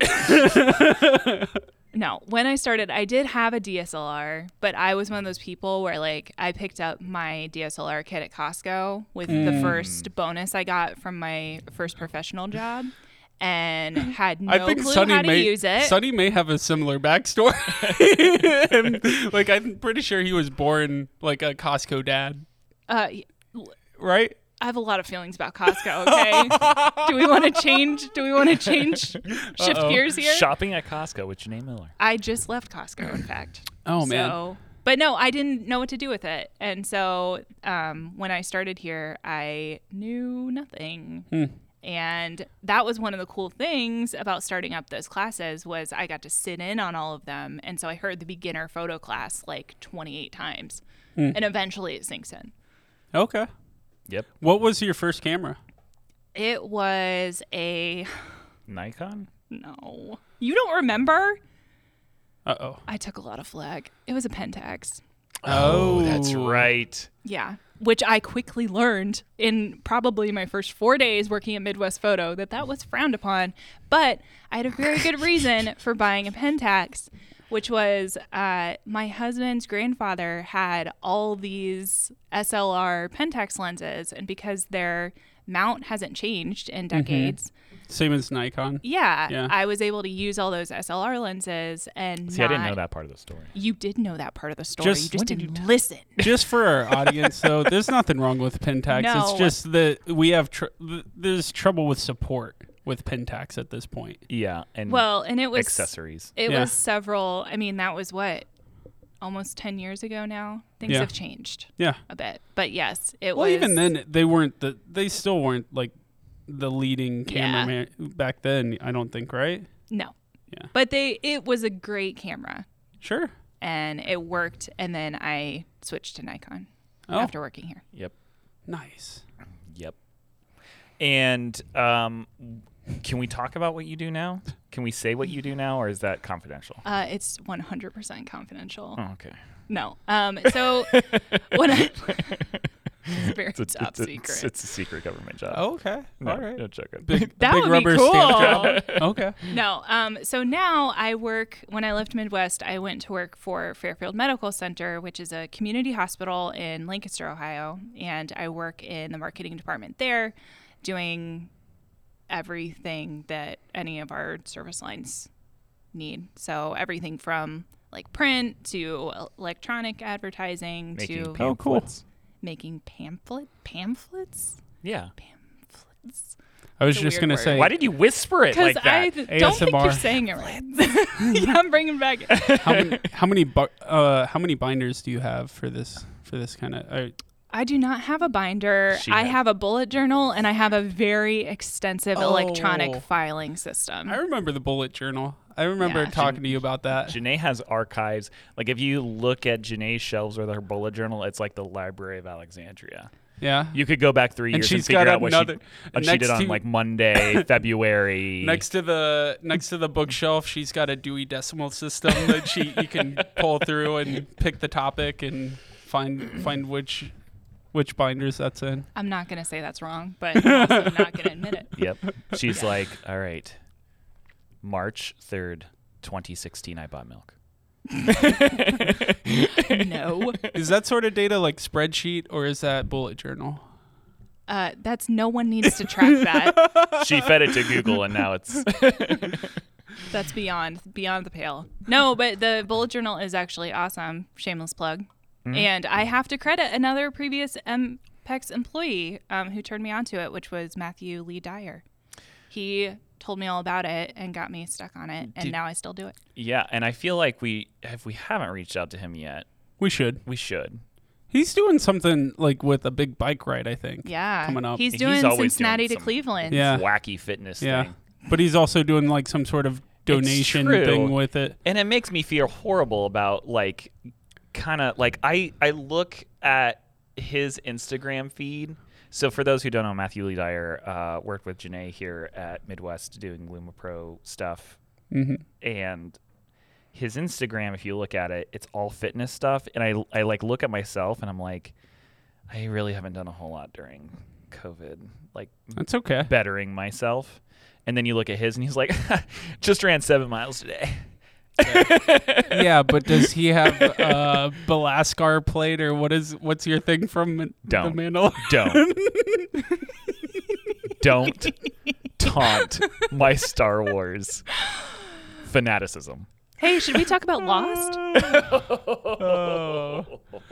[SPEAKER 2] gosh. no, when I started, I did have a DSLR, but I was one of those people where like I picked up my DSLR kit at Costco with
[SPEAKER 3] Mm.
[SPEAKER 2] the first bonus I got from my first professional job, and had no
[SPEAKER 3] I think
[SPEAKER 2] clue
[SPEAKER 3] Sonny
[SPEAKER 2] how to
[SPEAKER 3] may
[SPEAKER 2] use it.
[SPEAKER 3] Sonny may have a similar backstory. And, like I'm pretty sure he was born like a Costco dad,
[SPEAKER 2] uh,
[SPEAKER 3] right?
[SPEAKER 2] I have a lot of feelings about Costco. Okay, do we want to change? Do we want to change? Shift gears here.
[SPEAKER 4] shopping at Costco with Janae Miller.
[SPEAKER 2] I just left Costco, in fact.
[SPEAKER 3] Oh man.
[SPEAKER 2] So, but no, I didn't know what to do with it, and so um, when I started here, I knew nothing.
[SPEAKER 3] Hmm.
[SPEAKER 2] And that was one of the cool things about starting up those classes was I got to sit in on all of them, and so I heard the beginner photo class like 28 times,
[SPEAKER 3] Hmm.
[SPEAKER 2] and eventually it sinks in.
[SPEAKER 3] Okay.
[SPEAKER 4] Yep,
[SPEAKER 3] What was your first camera?
[SPEAKER 2] It was a
[SPEAKER 4] Nikon.
[SPEAKER 2] no, you don't remember?
[SPEAKER 3] Uh oh.
[SPEAKER 2] I took a lot of flag. It was a Pentax.
[SPEAKER 3] Oh,
[SPEAKER 4] That's right.
[SPEAKER 2] Yeah. Which I quickly learned in probably my first four days working at Midwest Photo that that was frowned upon. But I had a very good reason for buying a Pentax, which was uh, my husband's grandfather had all these SLR Pentax lenses, and because their mount hasn't changed in
[SPEAKER 4] Mm-hmm.
[SPEAKER 2] decades,
[SPEAKER 3] Same as Nikon.
[SPEAKER 2] yeah,
[SPEAKER 3] Yeah.
[SPEAKER 2] I was able to use all those SLR lenses and
[SPEAKER 4] See, I didn't
[SPEAKER 2] not-
[SPEAKER 4] know that part of the story.
[SPEAKER 2] You did know that part of the story.
[SPEAKER 3] Just-
[SPEAKER 2] you just didn't listen.
[SPEAKER 3] Just for our audience, though, there's nothing wrong with Pentax.
[SPEAKER 2] No.
[SPEAKER 3] It's just that we have tr- th- there's trouble with support with Pentax at this point.
[SPEAKER 4] Yeah, and
[SPEAKER 2] Well, and it was
[SPEAKER 4] accessories.
[SPEAKER 2] It
[SPEAKER 3] Yeah.
[SPEAKER 2] was several. I mean, that was what almost ten years ago now. Things
[SPEAKER 3] Yeah.
[SPEAKER 2] have changed
[SPEAKER 3] Yeah.
[SPEAKER 2] a bit, but yes, it
[SPEAKER 3] Well,
[SPEAKER 2] was.
[SPEAKER 3] even then, they weren't the they still weren't like the leading cameraman back then. I don't think, right?
[SPEAKER 2] no.
[SPEAKER 3] Yeah.
[SPEAKER 2] But they, it was a great camera,
[SPEAKER 3] Sure.
[SPEAKER 2] and it worked. And then I switched to Nikon
[SPEAKER 3] Oh.
[SPEAKER 2] after working here.
[SPEAKER 4] Yep,
[SPEAKER 3] Nice.
[SPEAKER 4] yep. And um, can we talk about what you do now? Can we say what you do now, or is that confidential?
[SPEAKER 2] Uh, it's 100% confidential.
[SPEAKER 4] Oh, okay.
[SPEAKER 2] No. Um. So when I, it's very
[SPEAKER 4] It's a,
[SPEAKER 2] top
[SPEAKER 4] it's a-
[SPEAKER 2] secret.
[SPEAKER 4] It's, a secret government job.
[SPEAKER 3] Oh, Okay.
[SPEAKER 4] no,
[SPEAKER 3] All right.
[SPEAKER 4] No joking.
[SPEAKER 2] that
[SPEAKER 3] Big
[SPEAKER 2] would
[SPEAKER 3] rubber
[SPEAKER 2] be
[SPEAKER 3] stamp
[SPEAKER 2] cool.
[SPEAKER 3] okay.
[SPEAKER 2] No. Um, so now I work, when I left Midwest, I went to work for Fairfield Medical Center, which is a community hospital in Lancaster, Ohio. And I work in the marketing department there, doing everything that any of our service lines need. So everything from like print to electronic advertising
[SPEAKER 4] Making
[SPEAKER 2] to
[SPEAKER 4] pam-
[SPEAKER 3] Oh, cool.
[SPEAKER 2] making pamphlet pamphlets.
[SPEAKER 4] Yeah.
[SPEAKER 3] I was
[SPEAKER 2] It's a
[SPEAKER 3] just
[SPEAKER 2] weird
[SPEAKER 3] gonna
[SPEAKER 2] word.
[SPEAKER 3] say.
[SPEAKER 4] Why did you whisper it like
[SPEAKER 2] I
[SPEAKER 4] that?
[SPEAKER 2] th- don't think you're
[SPEAKER 3] ASMR.
[SPEAKER 2] saying it right. yeah, I'm bringing back.
[SPEAKER 3] how many how many bu- uh, how many binders do you have for this for this kind of? Uh,
[SPEAKER 2] I do not have a binder.
[SPEAKER 4] She
[SPEAKER 2] I
[SPEAKER 4] had-
[SPEAKER 2] have a bullet journal and I have a very extensive
[SPEAKER 3] Oh.
[SPEAKER 2] electronic filing system.
[SPEAKER 3] I remember the bullet journal. I remember
[SPEAKER 2] Yeah.
[SPEAKER 3] talking to you about that.
[SPEAKER 4] Janae has archives. Like if you look at Janae's shelves with her bullet journal, it's like the Library of Alexandria.
[SPEAKER 3] Yeah.
[SPEAKER 4] You could go back three
[SPEAKER 3] And
[SPEAKER 4] years and
[SPEAKER 3] she's
[SPEAKER 4] figure
[SPEAKER 3] got
[SPEAKER 4] out what she,
[SPEAKER 3] another-
[SPEAKER 4] what she did
[SPEAKER 3] next
[SPEAKER 4] on
[SPEAKER 3] to-
[SPEAKER 4] like Monday, February.
[SPEAKER 3] Next to the next to the bookshelf, she's got a Dewey Decimal System that she you can pull through and pick the topic and find find which which binders that's in.
[SPEAKER 2] I'm not going to say that's wrong, but I'm also not going to admit it.
[SPEAKER 4] Yep. She's like, all right, March 3rd, 2016, I bought milk.
[SPEAKER 2] No.
[SPEAKER 3] Is that sort of data like spreadsheet or is that bullet journal?
[SPEAKER 2] Uh, that's no one needs to track that.
[SPEAKER 4] She fed it to Google and now it's.
[SPEAKER 2] That's beyond beyond the pale. No, but the bullet journal is actually awesome. Shameless plug. And I have to credit another previous MPEX employee um, who turned me onto it, which was Matthew Lee Dyer. He told me all about it and got me stuck on it, and
[SPEAKER 4] Did-
[SPEAKER 2] now I still do it.
[SPEAKER 4] Yeah, and I feel like we if we haven't reached out to him yet,
[SPEAKER 3] We should.
[SPEAKER 4] we should.
[SPEAKER 3] He's doing something like with a big bike ride, I think.
[SPEAKER 2] Yeah,
[SPEAKER 3] Coming up.
[SPEAKER 2] he's
[SPEAKER 4] He's
[SPEAKER 2] doing
[SPEAKER 4] always doing
[SPEAKER 2] Cincinnati to
[SPEAKER 4] some-
[SPEAKER 2] Cleveland.
[SPEAKER 3] Yeah.
[SPEAKER 4] Wacky fitness
[SPEAKER 3] yeah.
[SPEAKER 4] thing.
[SPEAKER 3] But he's also doing like some sort of donation
[SPEAKER 4] true.
[SPEAKER 3] thing with it.
[SPEAKER 4] And it makes me feel horrible about like kind of like I I look at his Instagram feed. So for those who don't know, Matthew Lee Dyer uh, worked with Janae here at Midwest doing Luma Pro stuff, and his Instagram, if you look at it, it's all fitness stuff. And I I like look at myself and I'm like, I really haven't done a whole lot during COVID. Like
[SPEAKER 3] That's okay.
[SPEAKER 4] bettering myself. And then you look at his and he's like, just ran seven miles today.
[SPEAKER 3] yeah, but does he have uh Belascar plate or what is what's your thing from
[SPEAKER 4] Don't.
[SPEAKER 3] the Mandalorian?
[SPEAKER 4] Don't. Don't taunt my Star Wars fanaticism.
[SPEAKER 2] Hey, should we talk about Lost?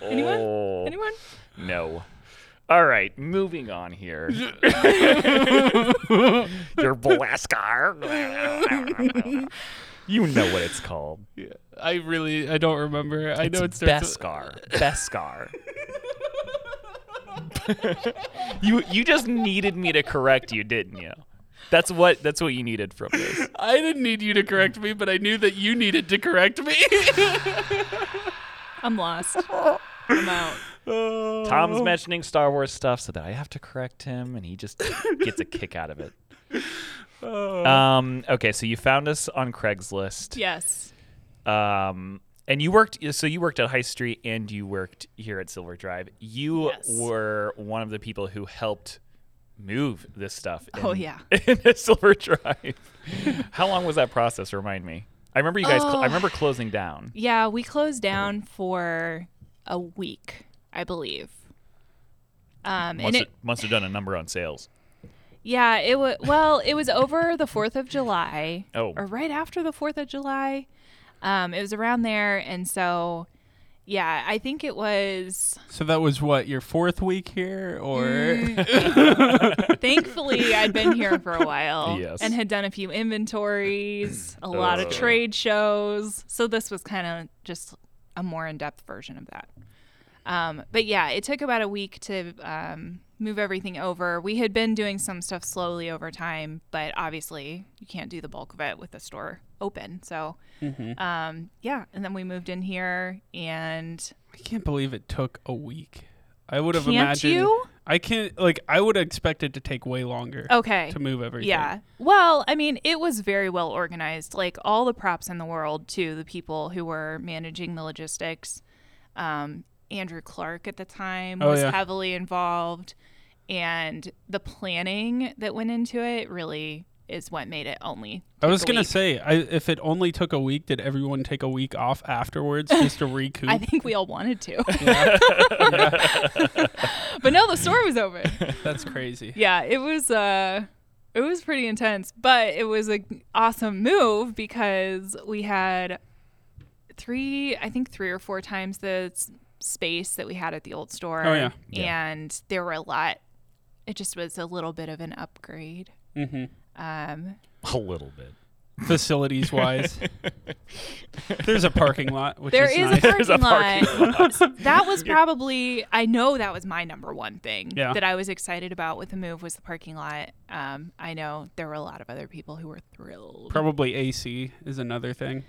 [SPEAKER 2] Anyone?
[SPEAKER 4] Oh.
[SPEAKER 2] Anyone?
[SPEAKER 4] No. All right, moving on here. Your Blaskar. you know what it's called.
[SPEAKER 3] I really I don't remember. I know it's
[SPEAKER 4] Beskar. Beskar. you you just needed me to correct you, didn't you? That's what that's what you needed from this.
[SPEAKER 3] I didn't need you to correct me, but I knew that you needed to correct me.
[SPEAKER 2] I'm lost. I'm out.
[SPEAKER 3] Uh,
[SPEAKER 2] Oh.
[SPEAKER 4] Tom's mentioning Star Wars stuff so that I have to correct him, and he just gets a kick out of it.
[SPEAKER 2] Oh.
[SPEAKER 4] Um. Okay, so you found us on Craigslist.
[SPEAKER 2] Yes.
[SPEAKER 4] Um. And you worked. So you worked at High Street, and you worked here at Silver Drive. You
[SPEAKER 2] Yes.
[SPEAKER 4] were one of the people who helped move this stuff.
[SPEAKER 2] Oh,
[SPEAKER 4] in-
[SPEAKER 2] yeah.
[SPEAKER 4] in a Silver Drive. How long was that process? Remind me. I remember you guys. cl- I remember
[SPEAKER 2] Oh.
[SPEAKER 4] closing down.
[SPEAKER 2] Yeah, we closed down for a week, I believe. Um, and
[SPEAKER 4] Must,
[SPEAKER 2] it,
[SPEAKER 4] have, must have done a number on sales.
[SPEAKER 2] yeah, it was well, it was over the Fourth of July,
[SPEAKER 4] Oh.
[SPEAKER 2] or right after the Fourth of July. Um, it was around there, and so yeah, I think it was.
[SPEAKER 3] so that was what your fourth week here, or
[SPEAKER 2] Mm. Thankfully, I'd been here for a while
[SPEAKER 4] Yes.
[SPEAKER 2] and had done a few inventories, a lot of trade shows. So this was kind of just a more in-depth version of that. Um, but yeah, it took about a week to um, move everything over. We had been doing some stuff slowly over time, but obviously you can't do the bulk of it with the store open. So
[SPEAKER 3] Mm-hmm.
[SPEAKER 2] um, yeah, and then we moved in here, and
[SPEAKER 3] I can't believe it took a week. I would have
[SPEAKER 2] Can't
[SPEAKER 3] imagined.
[SPEAKER 2] you?
[SPEAKER 3] I can't. Like I would expect it to take way longer.
[SPEAKER 2] okay,
[SPEAKER 3] To move everything.
[SPEAKER 2] Yeah. Well, I mean, it was very well organized. Like all the props in the world to the people who were managing the logistics. Um, Andrew Clark at the time
[SPEAKER 3] Oh,
[SPEAKER 2] was
[SPEAKER 3] yeah.
[SPEAKER 2] heavily involved, and the planning that went into it really is what made it only.
[SPEAKER 3] I
[SPEAKER 2] take
[SPEAKER 3] was
[SPEAKER 2] a
[SPEAKER 3] gonna
[SPEAKER 2] week.
[SPEAKER 3] say, I, if it only took a week, did everyone take a week off afterwards just to recoup?
[SPEAKER 2] I think we all wanted to. but no, the store was open.
[SPEAKER 3] That's crazy.
[SPEAKER 2] yeah it was uh it was pretty intense but it was an awesome move because we had three i think three or four times the s- space that we had at the old store
[SPEAKER 3] Oh, yeah.
[SPEAKER 2] and there were a lot it just was a little bit of an upgrade mm-hmm. um
[SPEAKER 4] A little bit.
[SPEAKER 3] Facilities wise, there's a parking lot, which
[SPEAKER 2] There
[SPEAKER 3] is
[SPEAKER 2] is
[SPEAKER 3] nice.
[SPEAKER 2] a parking lot. that was probably I know that was my number one thing
[SPEAKER 3] Yeah.
[SPEAKER 2] that I was excited about with the move was the parking lot. Um, I know there were a lot of other people who were thrilled.
[SPEAKER 3] Probably AC is another thing,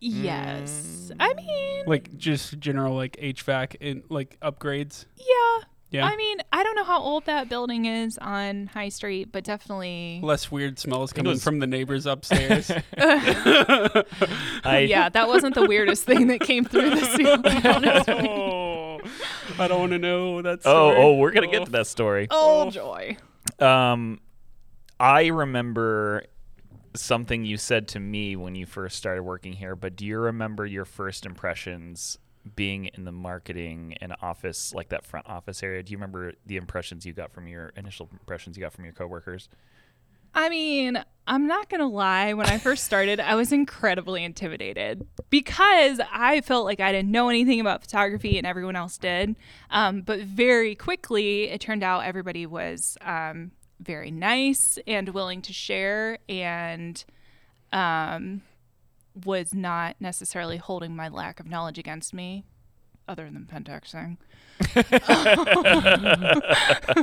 [SPEAKER 2] yes, I mean,
[SPEAKER 3] like just general like HVAC and like upgrades.
[SPEAKER 2] yeah.
[SPEAKER 3] Yeah,
[SPEAKER 2] I mean, I don't know how old that building is on High Street, but definitely,
[SPEAKER 3] less weird smells coming
[SPEAKER 4] was-
[SPEAKER 3] from the neighbors upstairs.
[SPEAKER 4] I,
[SPEAKER 2] yeah, that wasn't the weirdest thing that came through the ceiling. honestly.
[SPEAKER 3] oh, I don't want to know. That's
[SPEAKER 4] Oh, oh, we're gonna get to that story.
[SPEAKER 2] Oh joy!
[SPEAKER 4] Um, I remember something you said to me when you first started working here, but do you remember your first impressions being in the marketing and office, like that front office area? Do you remember the impressions you got from your initial impressions you got from your coworkers?
[SPEAKER 2] I mean, I'm not going to lie. When I first started, I was incredibly intimidated because I felt like I didn't know anything about photography and everyone else did. Um, but very quickly, it turned out everybody was um, very nice and willing to share and um, was not necessarily holding my lack of knowledge against me, other than Pentax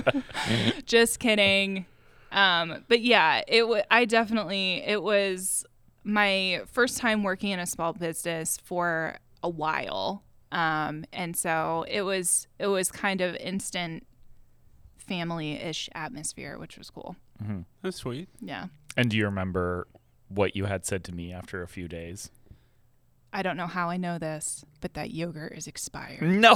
[SPEAKER 2] thing. Just kidding. Um, but yeah, it wa I definitely it was my first time working in a small business for a while. Um, and so it was it was kind of instant family-ish atmosphere, which was cool.
[SPEAKER 3] That's sweet.
[SPEAKER 2] Yeah.
[SPEAKER 4] And do you remember what you had said to me after a few days?
[SPEAKER 2] I don't know how I know this, but that yogurt is expired.
[SPEAKER 4] No.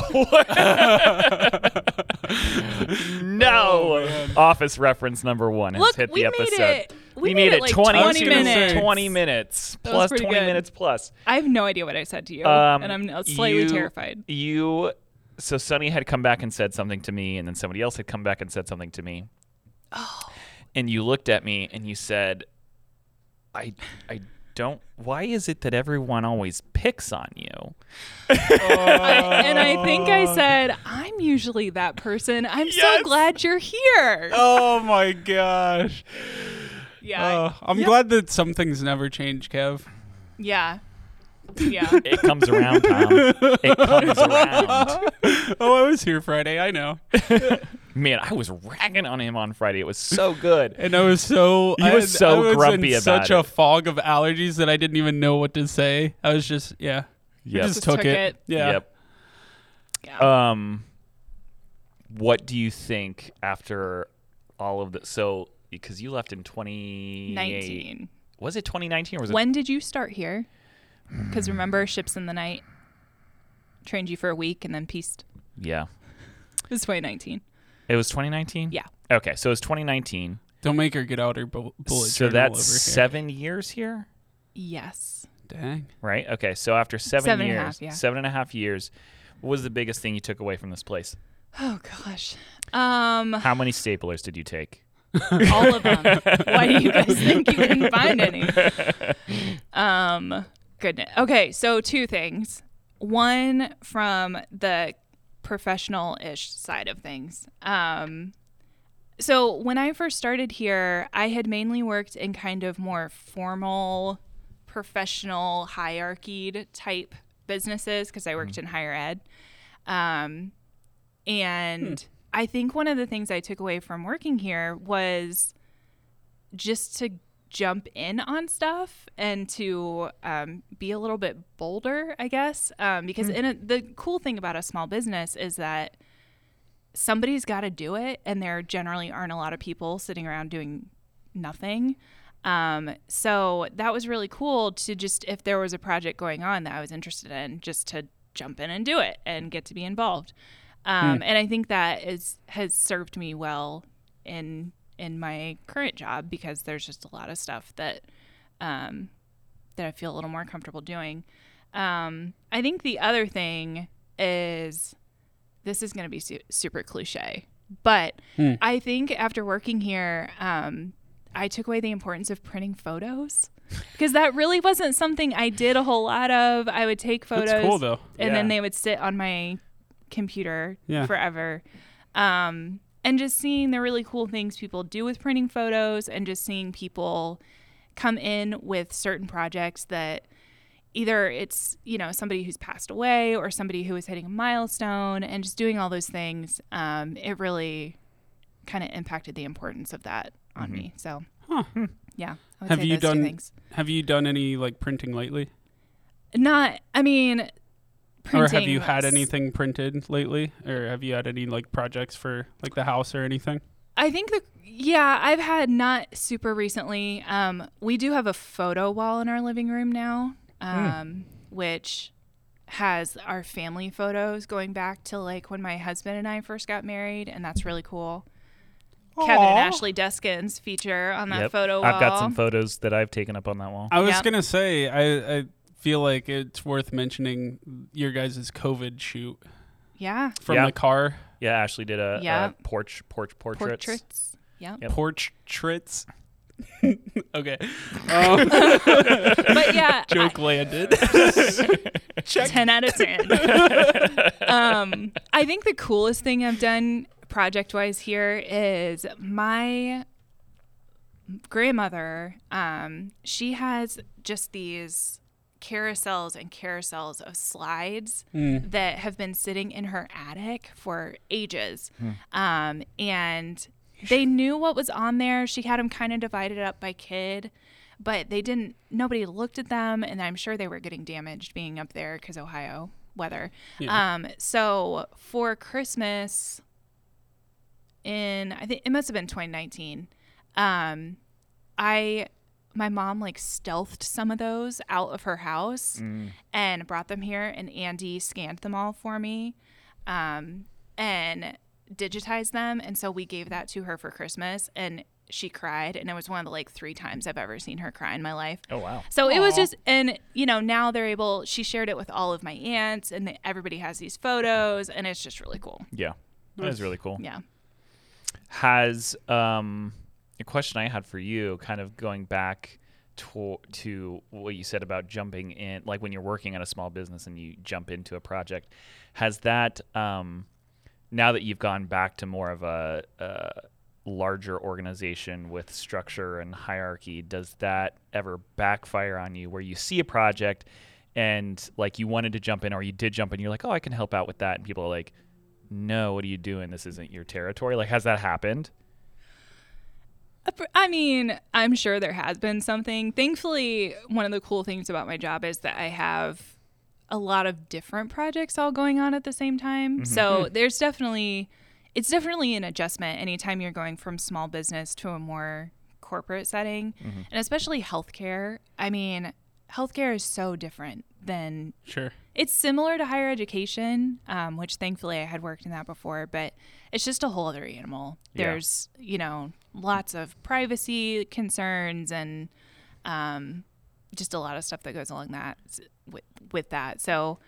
[SPEAKER 4] no. Office reference number one has
[SPEAKER 2] Look,
[SPEAKER 4] hit the
[SPEAKER 2] we made
[SPEAKER 4] episode.
[SPEAKER 2] it. We,
[SPEAKER 4] made, it
[SPEAKER 2] like
[SPEAKER 4] 20,
[SPEAKER 2] 20 minutes.
[SPEAKER 4] 20 minutes.
[SPEAKER 2] That was
[SPEAKER 4] plus
[SPEAKER 2] pretty
[SPEAKER 4] 20
[SPEAKER 2] good.
[SPEAKER 4] minutes plus.
[SPEAKER 2] I have no idea what I said to you,
[SPEAKER 4] Um,
[SPEAKER 2] and I'm now slightly
[SPEAKER 4] you-
[SPEAKER 2] terrified.
[SPEAKER 4] You. So Sunny had come back and said something to me, and then somebody else had come back and said something to me. Oh. And you looked at me and you said, "I, I don't. Why is it that everyone always picks on you?"
[SPEAKER 2] I- and I think I said, I'm usually that person. I'm so glad you're here.
[SPEAKER 3] Oh my gosh.
[SPEAKER 2] yeah.
[SPEAKER 3] Uh, I'm glad that some things never change, Kev.
[SPEAKER 2] Yeah. Yeah.
[SPEAKER 4] It comes around, Tom. It comes around.
[SPEAKER 3] Oh, I was here Friday. I know.
[SPEAKER 4] Man, I was ragging on him on Friday. It was so good.
[SPEAKER 3] And I was so
[SPEAKER 4] You
[SPEAKER 3] I
[SPEAKER 4] were
[SPEAKER 3] had-
[SPEAKER 4] so
[SPEAKER 3] I was in
[SPEAKER 4] grumpy about
[SPEAKER 3] such a
[SPEAKER 4] it.
[SPEAKER 3] fog of allergies that I didn't even know what to say. I was just yeah. We
[SPEAKER 4] Yep.
[SPEAKER 3] Just,
[SPEAKER 2] Just
[SPEAKER 3] took,
[SPEAKER 2] took
[SPEAKER 3] it.
[SPEAKER 2] it.
[SPEAKER 3] Yeah.
[SPEAKER 4] Yep. Um, what do you think after all of the so because you left in 20
[SPEAKER 2] 19.
[SPEAKER 4] was it 2019 or was
[SPEAKER 2] When did you start here? Because remember, ships in the night trained you for a week and then pieced.
[SPEAKER 4] it yeah
[SPEAKER 2] This is 2019.
[SPEAKER 4] it was 2019
[SPEAKER 2] Yeah.
[SPEAKER 4] okay so it was 2019
[SPEAKER 3] Don't make her get out her bu- bullet
[SPEAKER 4] so
[SPEAKER 3] journal
[SPEAKER 4] that's
[SPEAKER 3] over here.
[SPEAKER 4] seven years here
[SPEAKER 2] Yes.
[SPEAKER 3] Dang.
[SPEAKER 4] right okay so after seven,
[SPEAKER 2] Seven and
[SPEAKER 4] years
[SPEAKER 2] a half, yeah.
[SPEAKER 4] seven and a half years what was the biggest thing you took away from this place
[SPEAKER 2] Oh, gosh. Um,
[SPEAKER 4] how many staplers did you take
[SPEAKER 2] all of them. Why do you guys think you couldn't find any? Um, goodness. Okay, so two things. One from the professional-ish side of things. Um, so when I first started here, I had mainly worked in kind of more formal, professional, hierarchied type businesses because I worked in higher ed. Um, and I think one of the things I took away from working here was just to jump in on stuff and to um, be a little bit bolder, I guess. Um, because in a, the cool thing about a small business is that somebody's got to do it, and there generally aren't a lot of people sitting around doing nothing. Um, so that was really cool to just, if there was a project going on that I was interested in, just to jump in and do it and get to be involved.
[SPEAKER 3] Hmm.
[SPEAKER 2] Um, And I think that is has served me well in in my current job because there's just a lot of stuff that um, that I feel a little more comfortable doing. Um, I think the other thing is this is going to be su- super cliche, but
[SPEAKER 3] Hmm.
[SPEAKER 2] I think after working here, um, I took away the importance of printing photos because that really wasn't something I did a whole lot of. I would take photos,
[SPEAKER 3] That's cool though.
[SPEAKER 2] and then
[SPEAKER 4] Yeah.
[SPEAKER 2] they would sit on my computer
[SPEAKER 3] Yeah.
[SPEAKER 2] forever. Um, and just seeing the really cool things people do with printing photos and just seeing people come in with certain projects that either it's you know somebody who's passed away or somebody who is hitting a milestone and just doing all those things um, it really kind of impacted the importance of that on me so yeah I would
[SPEAKER 3] Mm-hmm. Have
[SPEAKER 2] say
[SPEAKER 3] you
[SPEAKER 2] those two
[SPEAKER 3] done-
[SPEAKER 2] things.
[SPEAKER 3] Have you done any like printing lately?
[SPEAKER 2] not i mean
[SPEAKER 3] or have
[SPEAKER 2] printing
[SPEAKER 3] you had
[SPEAKER 2] was-
[SPEAKER 3] anything printed lately? Or have you had any like projects for like the house or anything?
[SPEAKER 2] I think the yeah, I've had not super recently. Um, we do have a photo wall in our living room now,
[SPEAKER 4] Hmm.
[SPEAKER 2] um, which has our family photos going back to like when my husband and I first got married, and that's really cool. Kevin and Ashley Deskins feature on that
[SPEAKER 4] Yep.
[SPEAKER 2] photo wall.
[SPEAKER 4] i've got some photos that i've taken up on that wall
[SPEAKER 3] I was
[SPEAKER 2] Yep.
[SPEAKER 3] gonna say I, I feel like it's worth mentioning your guys' COVID shoot
[SPEAKER 2] yeah,
[SPEAKER 3] from
[SPEAKER 4] Yeah.
[SPEAKER 3] the car
[SPEAKER 4] yeah ashley did a,
[SPEAKER 2] Yeah.
[SPEAKER 4] a porch porch portraits
[SPEAKER 2] portraits. Yeah,
[SPEAKER 4] Yep.
[SPEAKER 3] portraits. Okay.
[SPEAKER 2] But yeah, I-
[SPEAKER 3] Joke landed.
[SPEAKER 2] 10 out of 10. um, I think the coolest thing I've done project wise here is my grandmother, um, she has just these carousels and carousels of slides that have been sitting in her attic for ages. Um, and they knew what was on there. She had them kind of divided up by kid but they didn't nobody looked at them and i'm sure they were getting damaged being up there because ohio weather um so for christmas in i think it must have been 2019 um i my mom like stealthed some of those out of her house and brought them here and andy scanned them all for me um and digitized them and so we gave that to her for christmas and she cried and it was one of the like three times i've ever seen her cry in my life
[SPEAKER 4] Oh wow.
[SPEAKER 2] so it was just, and you know, now they're able. She shared it with all of my aunts, and they, everybody has these photos, and it's just really cool.
[SPEAKER 4] Yeah. That is really cool.
[SPEAKER 2] Yeah.
[SPEAKER 4] has um, a question I had for you, kind of going back to, to what you said about jumping in, like when you're working at a small business and you jump into a project. Has that um, now that you've gone back to more of a, a larger organization with structure and hierarchy, does that ever backfire on you where you see a project and like you wanted to jump in or you did jump in, you're like, oh, I can help out with that. And people are like, no, what are you doing? This isn't your territory. Like, has that happened?
[SPEAKER 2] A pr- I mean, I'm sure there has been something. Thankfully, one of the cool things about my job is that I have a lot of different projects all going on at the same time. So there's definitely, it's definitely an adjustment anytime you're going from small business to a more corporate setting, and especially healthcare. I mean, healthcare is so different than
[SPEAKER 3] sure.
[SPEAKER 2] it's similar to higher education, um, which thankfully I had worked in that before, but it's just a whole other animal.
[SPEAKER 4] Yeah.
[SPEAKER 2] There's, you know, lots of privacy concerns and um, just a lot of stuff that goes along that with, with that. So,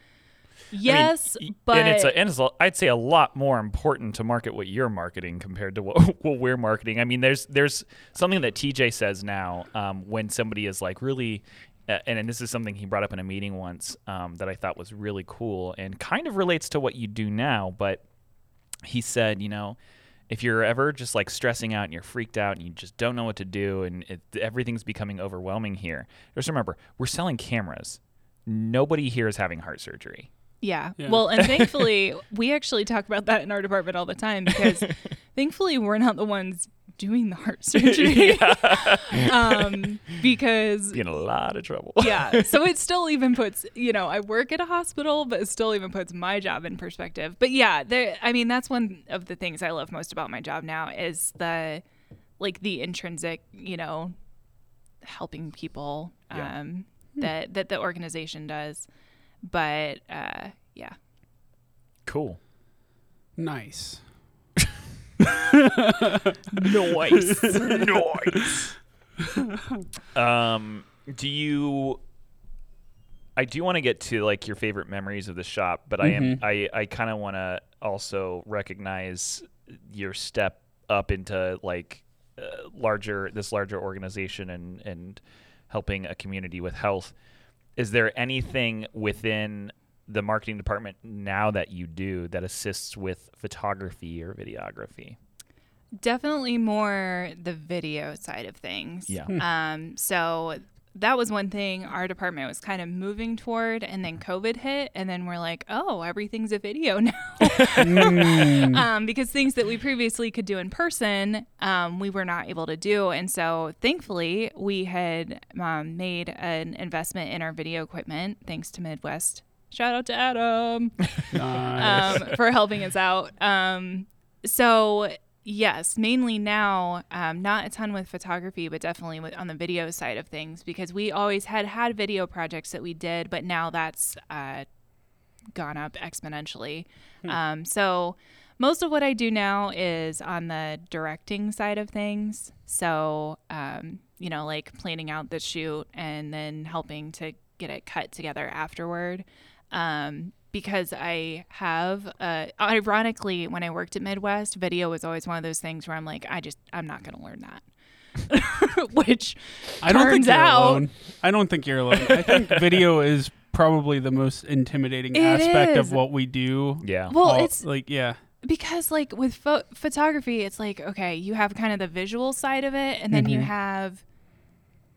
[SPEAKER 4] I mean,
[SPEAKER 2] yes,
[SPEAKER 4] y-
[SPEAKER 2] but
[SPEAKER 4] and it's a, and it's a, I'd say a lot more important to market what you're marketing compared to what, what we're marketing. I mean, there's there's something that TJ says now um, when somebody is like really. Uh, and, and this is something he brought up in a meeting once um, that I thought was really cool and kind of relates to what you do now. But he said, you know, if you're ever just like stressing out and you're freaked out and you just don't know what to do and it, everything's becoming overwhelming here, just remember we're selling cameras. Nobody here is having heart surgery.
[SPEAKER 2] Yeah. Well, and thankfully, we actually talk about that in our department all the time because thankfully we're not the ones doing the heart surgery. um, because
[SPEAKER 4] Be in a lot of trouble.
[SPEAKER 2] yeah. So it still even puts, you know, I work at a hospital, but it still even puts my job in perspective. But yeah, there I mean, that's one of the things I love most about my job now is the like the intrinsic, you know, helping people um that that the organization does. But uh yeah.
[SPEAKER 4] Cool.
[SPEAKER 3] Nice.
[SPEAKER 4] Noise. Noise. um, do you? I do want to get to like your favorite memories of the shop, but I am I I kind of want to also recognize your step up into like uh, larger this larger organization and and helping a community with health. Is there anything within the marketing department now that you do that assists with photography or videography?
[SPEAKER 2] Definitely more the video side of things.
[SPEAKER 4] Yeah.
[SPEAKER 2] Um, so that was one thing our department was kind of moving toward, and then COVID hit, and then we're like, oh, everything's a video now. um, because things that we previously could do in person, um, we were not able to do. And so thankfully, we had um, made an investment in our video equipment, thanks to Midwest. Shout out to Adam
[SPEAKER 3] Uh,
[SPEAKER 2] um, for helping us out. Um, so yes, mainly now, um, not a ton with photography, but definitely with, on the video side of things because we always had had video projects that we did, but now that's uh, gone up exponentially. Um, so most of what I do now is on the directing side of things. So um, you know, like planning out the shoot and then helping to get it cut together afterward um, because I have, uh, ironically, when I worked at Midwest, video was always one of those things where I'm like, I just, I'm not going to learn that. which
[SPEAKER 3] I don't
[SPEAKER 2] turns
[SPEAKER 3] think you're
[SPEAKER 2] out
[SPEAKER 3] alone. I don't think you're alone. I think video is probably the most intimidating
[SPEAKER 2] It
[SPEAKER 3] aspect
[SPEAKER 2] is.
[SPEAKER 3] of what we do.
[SPEAKER 4] Yeah.
[SPEAKER 2] well,
[SPEAKER 3] All-
[SPEAKER 2] it's
[SPEAKER 3] like yeah.
[SPEAKER 2] because like with pho- photography it's like okay you have kind of the visual side of it and then you
[SPEAKER 3] Mm-hmm.
[SPEAKER 2] have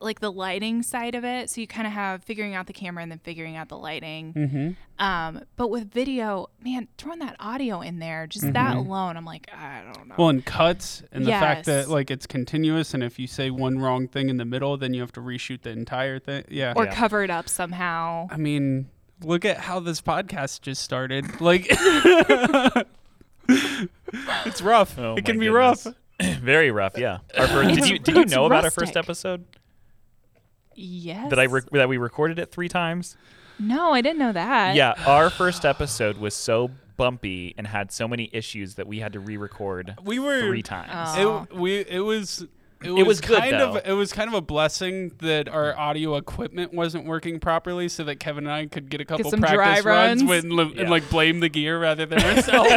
[SPEAKER 2] like the lighting side of it so you kind of have figuring out the camera and then figuring out the lighting
[SPEAKER 3] Mm-hmm.
[SPEAKER 2] um, but with video man throwing that audio in there just that alone i'm like i don't know
[SPEAKER 3] Mm-hmm. Well, and cuts and the fact
[SPEAKER 2] Yes.
[SPEAKER 3] that like it's continuous, and if you say one wrong thing in the middle, then you have to reshoot the entire thing. Yeah.
[SPEAKER 2] or cover it up somehow
[SPEAKER 3] I mean, look at how this podcast just started. Like, it's rough.
[SPEAKER 4] Oh
[SPEAKER 3] it can
[SPEAKER 4] my
[SPEAKER 3] be
[SPEAKER 4] goodness.
[SPEAKER 3] rough.
[SPEAKER 4] Very rough. Yeah. Our first, did
[SPEAKER 2] It's-
[SPEAKER 4] you did you
[SPEAKER 2] it's
[SPEAKER 4] know about our first
[SPEAKER 2] rustic.
[SPEAKER 4] episode
[SPEAKER 2] yes
[SPEAKER 4] that I rec- that we recorded it three times?
[SPEAKER 2] no i didn't know that
[SPEAKER 4] Yeah, our first episode was so bumpy and had so many issues that we had to re-record
[SPEAKER 3] We were
[SPEAKER 4] three times.
[SPEAKER 2] Oh.
[SPEAKER 3] It we it was. It was,
[SPEAKER 4] was good,
[SPEAKER 3] kind of
[SPEAKER 4] though.
[SPEAKER 3] it was kind of a blessing that our audio equipment wasn't working properly, so that Kevin and I could get a couple
[SPEAKER 2] some dry
[SPEAKER 3] practice runs,
[SPEAKER 2] runs.
[SPEAKER 3] when, li-
[SPEAKER 4] Yeah.
[SPEAKER 3] and like blame the gear rather than ourselves.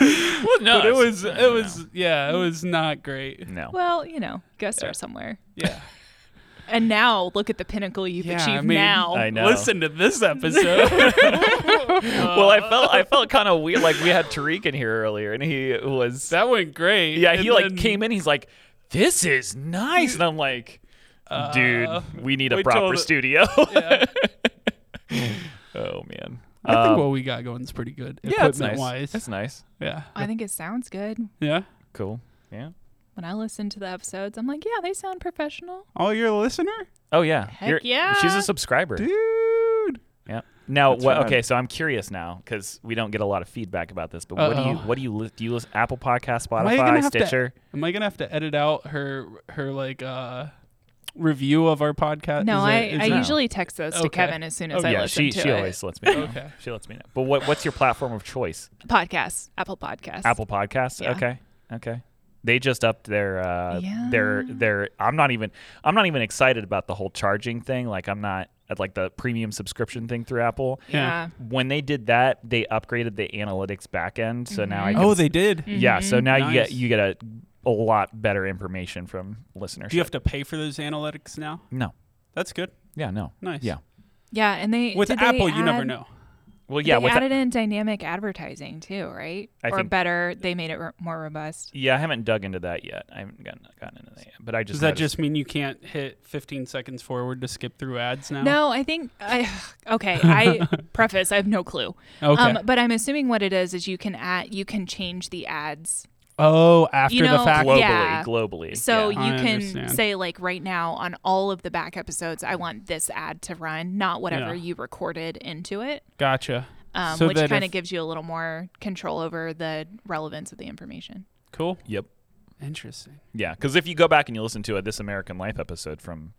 [SPEAKER 4] no,
[SPEAKER 3] but it was it was yeah, it was not great.
[SPEAKER 4] no.
[SPEAKER 2] well you know go start somewhere
[SPEAKER 3] Yeah,
[SPEAKER 2] and now look at the pinnacle you've
[SPEAKER 3] Yeah, I
[SPEAKER 2] achieved
[SPEAKER 3] mean,
[SPEAKER 2] now
[SPEAKER 4] I know.
[SPEAKER 3] listen to this episode. Uh,
[SPEAKER 4] Well, I felt I felt kind of weird. Like we had Tariq in here earlier, and he was
[SPEAKER 3] that went great.
[SPEAKER 4] yeah. He
[SPEAKER 3] And
[SPEAKER 4] like
[SPEAKER 3] then
[SPEAKER 4] came in. He's like, "This is nice," and I'm like, "Dude, we need a
[SPEAKER 3] Uh, we
[SPEAKER 4] proper
[SPEAKER 3] told-
[SPEAKER 4] studio." oh man.
[SPEAKER 3] I think
[SPEAKER 4] Um,
[SPEAKER 3] what we got going is pretty good.
[SPEAKER 4] yeah, it's
[SPEAKER 3] equipment
[SPEAKER 4] nice.
[SPEAKER 3] Wise.
[SPEAKER 4] It's nice.
[SPEAKER 3] Yeah,
[SPEAKER 2] I think it sounds good.
[SPEAKER 3] yeah.
[SPEAKER 4] Cool. Yeah.
[SPEAKER 2] When I listen to the episodes, I'm like, yeah, they sound professional.
[SPEAKER 3] Oh, you're a listener,
[SPEAKER 4] Oh yeah.
[SPEAKER 2] Heck
[SPEAKER 4] You're-
[SPEAKER 2] yeah.
[SPEAKER 4] She's a subscriber.
[SPEAKER 3] dude.
[SPEAKER 4] Yeah. Now, what?
[SPEAKER 6] rad.
[SPEAKER 4] Okay, so I'm curious now because we don't get a lot of feedback about this. But what do
[SPEAKER 3] Uh-oh.
[SPEAKER 4] you? What do you? Li- do you listen Apple Podcast,
[SPEAKER 3] Am I gonna have
[SPEAKER 4] Spotify,
[SPEAKER 3] to-
[SPEAKER 4] Stitcher?
[SPEAKER 3] am I gonna have to edit out her her like uh review of our podcast?
[SPEAKER 2] No,
[SPEAKER 3] Is
[SPEAKER 2] I,
[SPEAKER 3] it- is
[SPEAKER 2] I
[SPEAKER 3] it-
[SPEAKER 2] usually text those to
[SPEAKER 3] Okay.
[SPEAKER 2] Kevin as soon as
[SPEAKER 3] Okay.
[SPEAKER 2] I
[SPEAKER 4] yeah,
[SPEAKER 2] listen
[SPEAKER 4] she
[SPEAKER 2] to
[SPEAKER 4] she
[SPEAKER 2] it.
[SPEAKER 4] always lets me know.
[SPEAKER 3] Okay.
[SPEAKER 4] She lets me know. But what what's your platform of choice?
[SPEAKER 2] Podcasts, Apple Podcasts.
[SPEAKER 4] Apple Podcasts.
[SPEAKER 2] Yeah.
[SPEAKER 4] Okay. Okay. They just upped their uh
[SPEAKER 2] Yeah.
[SPEAKER 4] their their I'm not even I'm not even excited about the whole charging thing. Like I'm not at like the premium subscription thing through Apple.
[SPEAKER 2] Yeah.
[SPEAKER 4] When they did that, they upgraded the analytics back end. So now I can
[SPEAKER 3] Oh, they did.
[SPEAKER 2] Mm.
[SPEAKER 4] Yeah, so now you get
[SPEAKER 3] Nice.
[SPEAKER 4] you get a a lot better information from listeners.
[SPEAKER 3] Do you have to pay for those analytics now?
[SPEAKER 4] no.
[SPEAKER 3] That's good.
[SPEAKER 4] Yeah, no.
[SPEAKER 3] Nice.
[SPEAKER 4] Yeah.
[SPEAKER 2] Yeah, and they
[SPEAKER 3] With
[SPEAKER 2] did they
[SPEAKER 3] Apple, you never
[SPEAKER 2] add-
[SPEAKER 3] know.
[SPEAKER 4] Well, yeah,
[SPEAKER 2] they
[SPEAKER 4] with
[SPEAKER 2] added in dynamic advertising too, right?
[SPEAKER 4] I
[SPEAKER 2] or
[SPEAKER 4] think-
[SPEAKER 2] better, they made it r- more robust.
[SPEAKER 4] yeah, I haven't dug into that yet. I haven't gotten, gotten into that yet. But I just
[SPEAKER 3] Does that
[SPEAKER 4] noticed-
[SPEAKER 3] just mean you can't hit 15 seconds forward to skip through ads now?
[SPEAKER 2] No, I think I okay. I preface, I have no clue. Um,
[SPEAKER 3] Okay.
[SPEAKER 2] but I'm assuming what it is is you can add you can change the ads
[SPEAKER 3] Oh, after
[SPEAKER 2] You know-
[SPEAKER 3] the fact.
[SPEAKER 4] globally,
[SPEAKER 2] yeah.
[SPEAKER 4] globally.
[SPEAKER 2] So
[SPEAKER 4] yeah.
[SPEAKER 2] you
[SPEAKER 3] I
[SPEAKER 2] can
[SPEAKER 3] understand.
[SPEAKER 2] say like right now on all of the back episodes, I want this ad to run, not whatever
[SPEAKER 3] Yeah.
[SPEAKER 2] you recorded into it,
[SPEAKER 3] Gotcha.
[SPEAKER 2] um,
[SPEAKER 3] So
[SPEAKER 2] which
[SPEAKER 3] that
[SPEAKER 2] kind of
[SPEAKER 3] if-
[SPEAKER 2] gives you a little more control over the relevance of the information.
[SPEAKER 3] Cool.
[SPEAKER 4] Yep.
[SPEAKER 3] Interesting.
[SPEAKER 4] Yeah, because if you go back and you listen to a This American Life episode from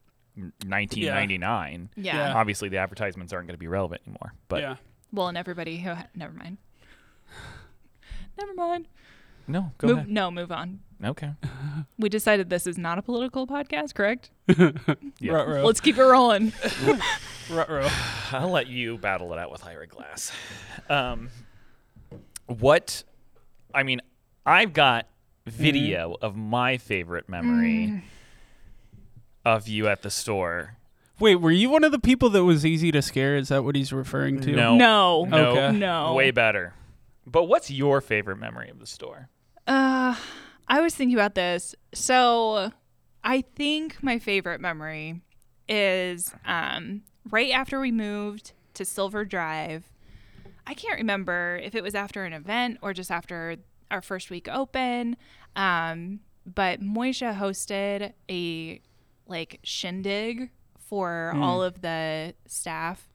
[SPEAKER 4] 1999,
[SPEAKER 2] Yeah.
[SPEAKER 3] Yeah.
[SPEAKER 4] obviously the advertisements aren't going to be relevant anymore. But
[SPEAKER 3] yeah.
[SPEAKER 2] Well, and everybody who ha- never mind. never mind.
[SPEAKER 4] no, go
[SPEAKER 2] Move,
[SPEAKER 4] ahead.
[SPEAKER 2] no, move on.
[SPEAKER 4] Okay.
[SPEAKER 2] We decided this is not a political podcast, correct?
[SPEAKER 4] Yeah.
[SPEAKER 3] Ruh-roh.
[SPEAKER 2] Let's keep it rolling.
[SPEAKER 3] Ruh-roh.
[SPEAKER 4] I'll let you battle it out with Ira Glass. Um, what? I mean, I've got video of my favorite memory of you at the store.
[SPEAKER 3] Wait, were you one of the people that was easy to scare? Is that what he's referring to?
[SPEAKER 4] No.
[SPEAKER 2] No.
[SPEAKER 4] No.
[SPEAKER 3] Okay.
[SPEAKER 2] No.
[SPEAKER 4] Way better. But what's your favorite memory of the store?
[SPEAKER 2] Uh, I was thinking about this. So, I think my favorite memory is um, right after we moved to Silver Drive. I can't remember if it was after an event or just after our first week open. Um, but Moisha hosted a like shindig for
[SPEAKER 4] Hmm.
[SPEAKER 2] all of the staff.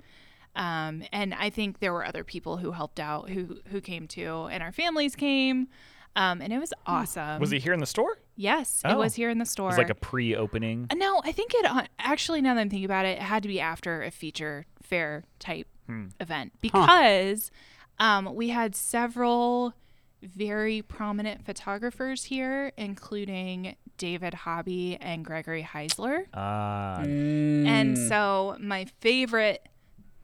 [SPEAKER 2] Um, and I think there were other people who helped out who who came too, and our families came. Um, and it was awesome.
[SPEAKER 4] Hmm. Was it here in the store?
[SPEAKER 2] Yes, it
[SPEAKER 4] Oh.
[SPEAKER 2] was here in the store.
[SPEAKER 4] It was like a pre-opening.
[SPEAKER 2] Uh, No, I think it uh, actually. Now that I'm thinking about it, it had to be after a feature fair type event because um, we had several very prominent photographers here, including David Hobby and Gregory Heisler.
[SPEAKER 4] Ah,
[SPEAKER 2] And so my favorite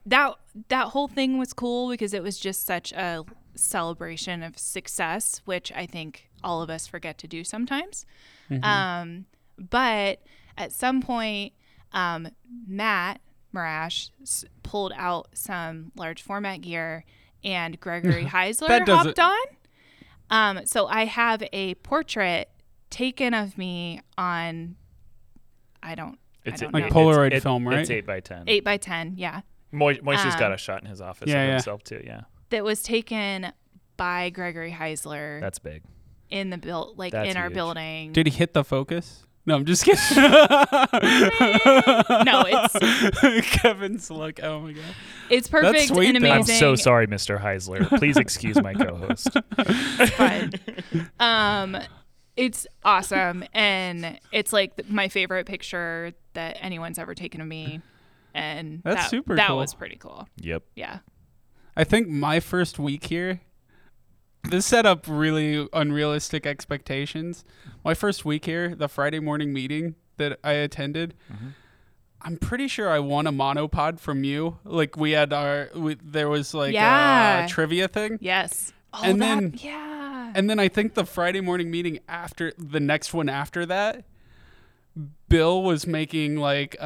[SPEAKER 2] that that whole thing was cool because it was just such a celebration of success, which I think all of us forget to do sometimes. Um, But at some point, um, Matt Marash s- pulled out some large format gear, and Gregory Heisler
[SPEAKER 1] That does
[SPEAKER 2] hopped
[SPEAKER 1] it.
[SPEAKER 2] on. Um, so I have a portrait taken of me on, I don't, I don't
[SPEAKER 4] it-
[SPEAKER 2] know,
[SPEAKER 3] Like Polaroid
[SPEAKER 4] it's-
[SPEAKER 3] film, right?
[SPEAKER 4] It's eight by ten.
[SPEAKER 2] eight by ten, yeah,
[SPEAKER 4] Mo- Moise's got
[SPEAKER 2] Um,
[SPEAKER 4] a shot in his office
[SPEAKER 3] yeah,
[SPEAKER 4] of
[SPEAKER 3] yeah.
[SPEAKER 4] himself too. Yeah,
[SPEAKER 2] that was taken by Gregory Heisler
[SPEAKER 4] that's big.
[SPEAKER 2] in the build, like
[SPEAKER 4] That's
[SPEAKER 2] in our
[SPEAKER 4] huge.
[SPEAKER 2] building.
[SPEAKER 3] Did he hit the focus? No, I'm just kidding.
[SPEAKER 2] no, it's
[SPEAKER 3] Kevin's like, oh my god.
[SPEAKER 2] it's perfect
[SPEAKER 3] sweet,
[SPEAKER 2] and
[SPEAKER 3] though.
[SPEAKER 2] amazing.
[SPEAKER 4] I'm so sorry, Mr. Heisler. Please excuse my co-host.
[SPEAKER 2] but, um, it's awesome, and it's like th- my favorite picture that anyone's ever taken of me. And
[SPEAKER 3] That's
[SPEAKER 2] that,
[SPEAKER 3] super
[SPEAKER 2] That
[SPEAKER 3] cool.
[SPEAKER 2] was pretty cool.
[SPEAKER 4] yep.
[SPEAKER 2] Yeah.
[SPEAKER 3] I think my first week here, this set up really unrealistic expectations. My first week here, the Friday morning meeting that I attended, I'm pretty sure I won a monopod from you. Like we had our, we, there was like
[SPEAKER 2] Yeah.
[SPEAKER 3] a trivia thing.
[SPEAKER 2] Yes. Oh,
[SPEAKER 3] And
[SPEAKER 2] that,
[SPEAKER 3] then-
[SPEAKER 2] yeah.
[SPEAKER 3] And then I think the Friday morning meeting after the next one after that, Bill was making like uh,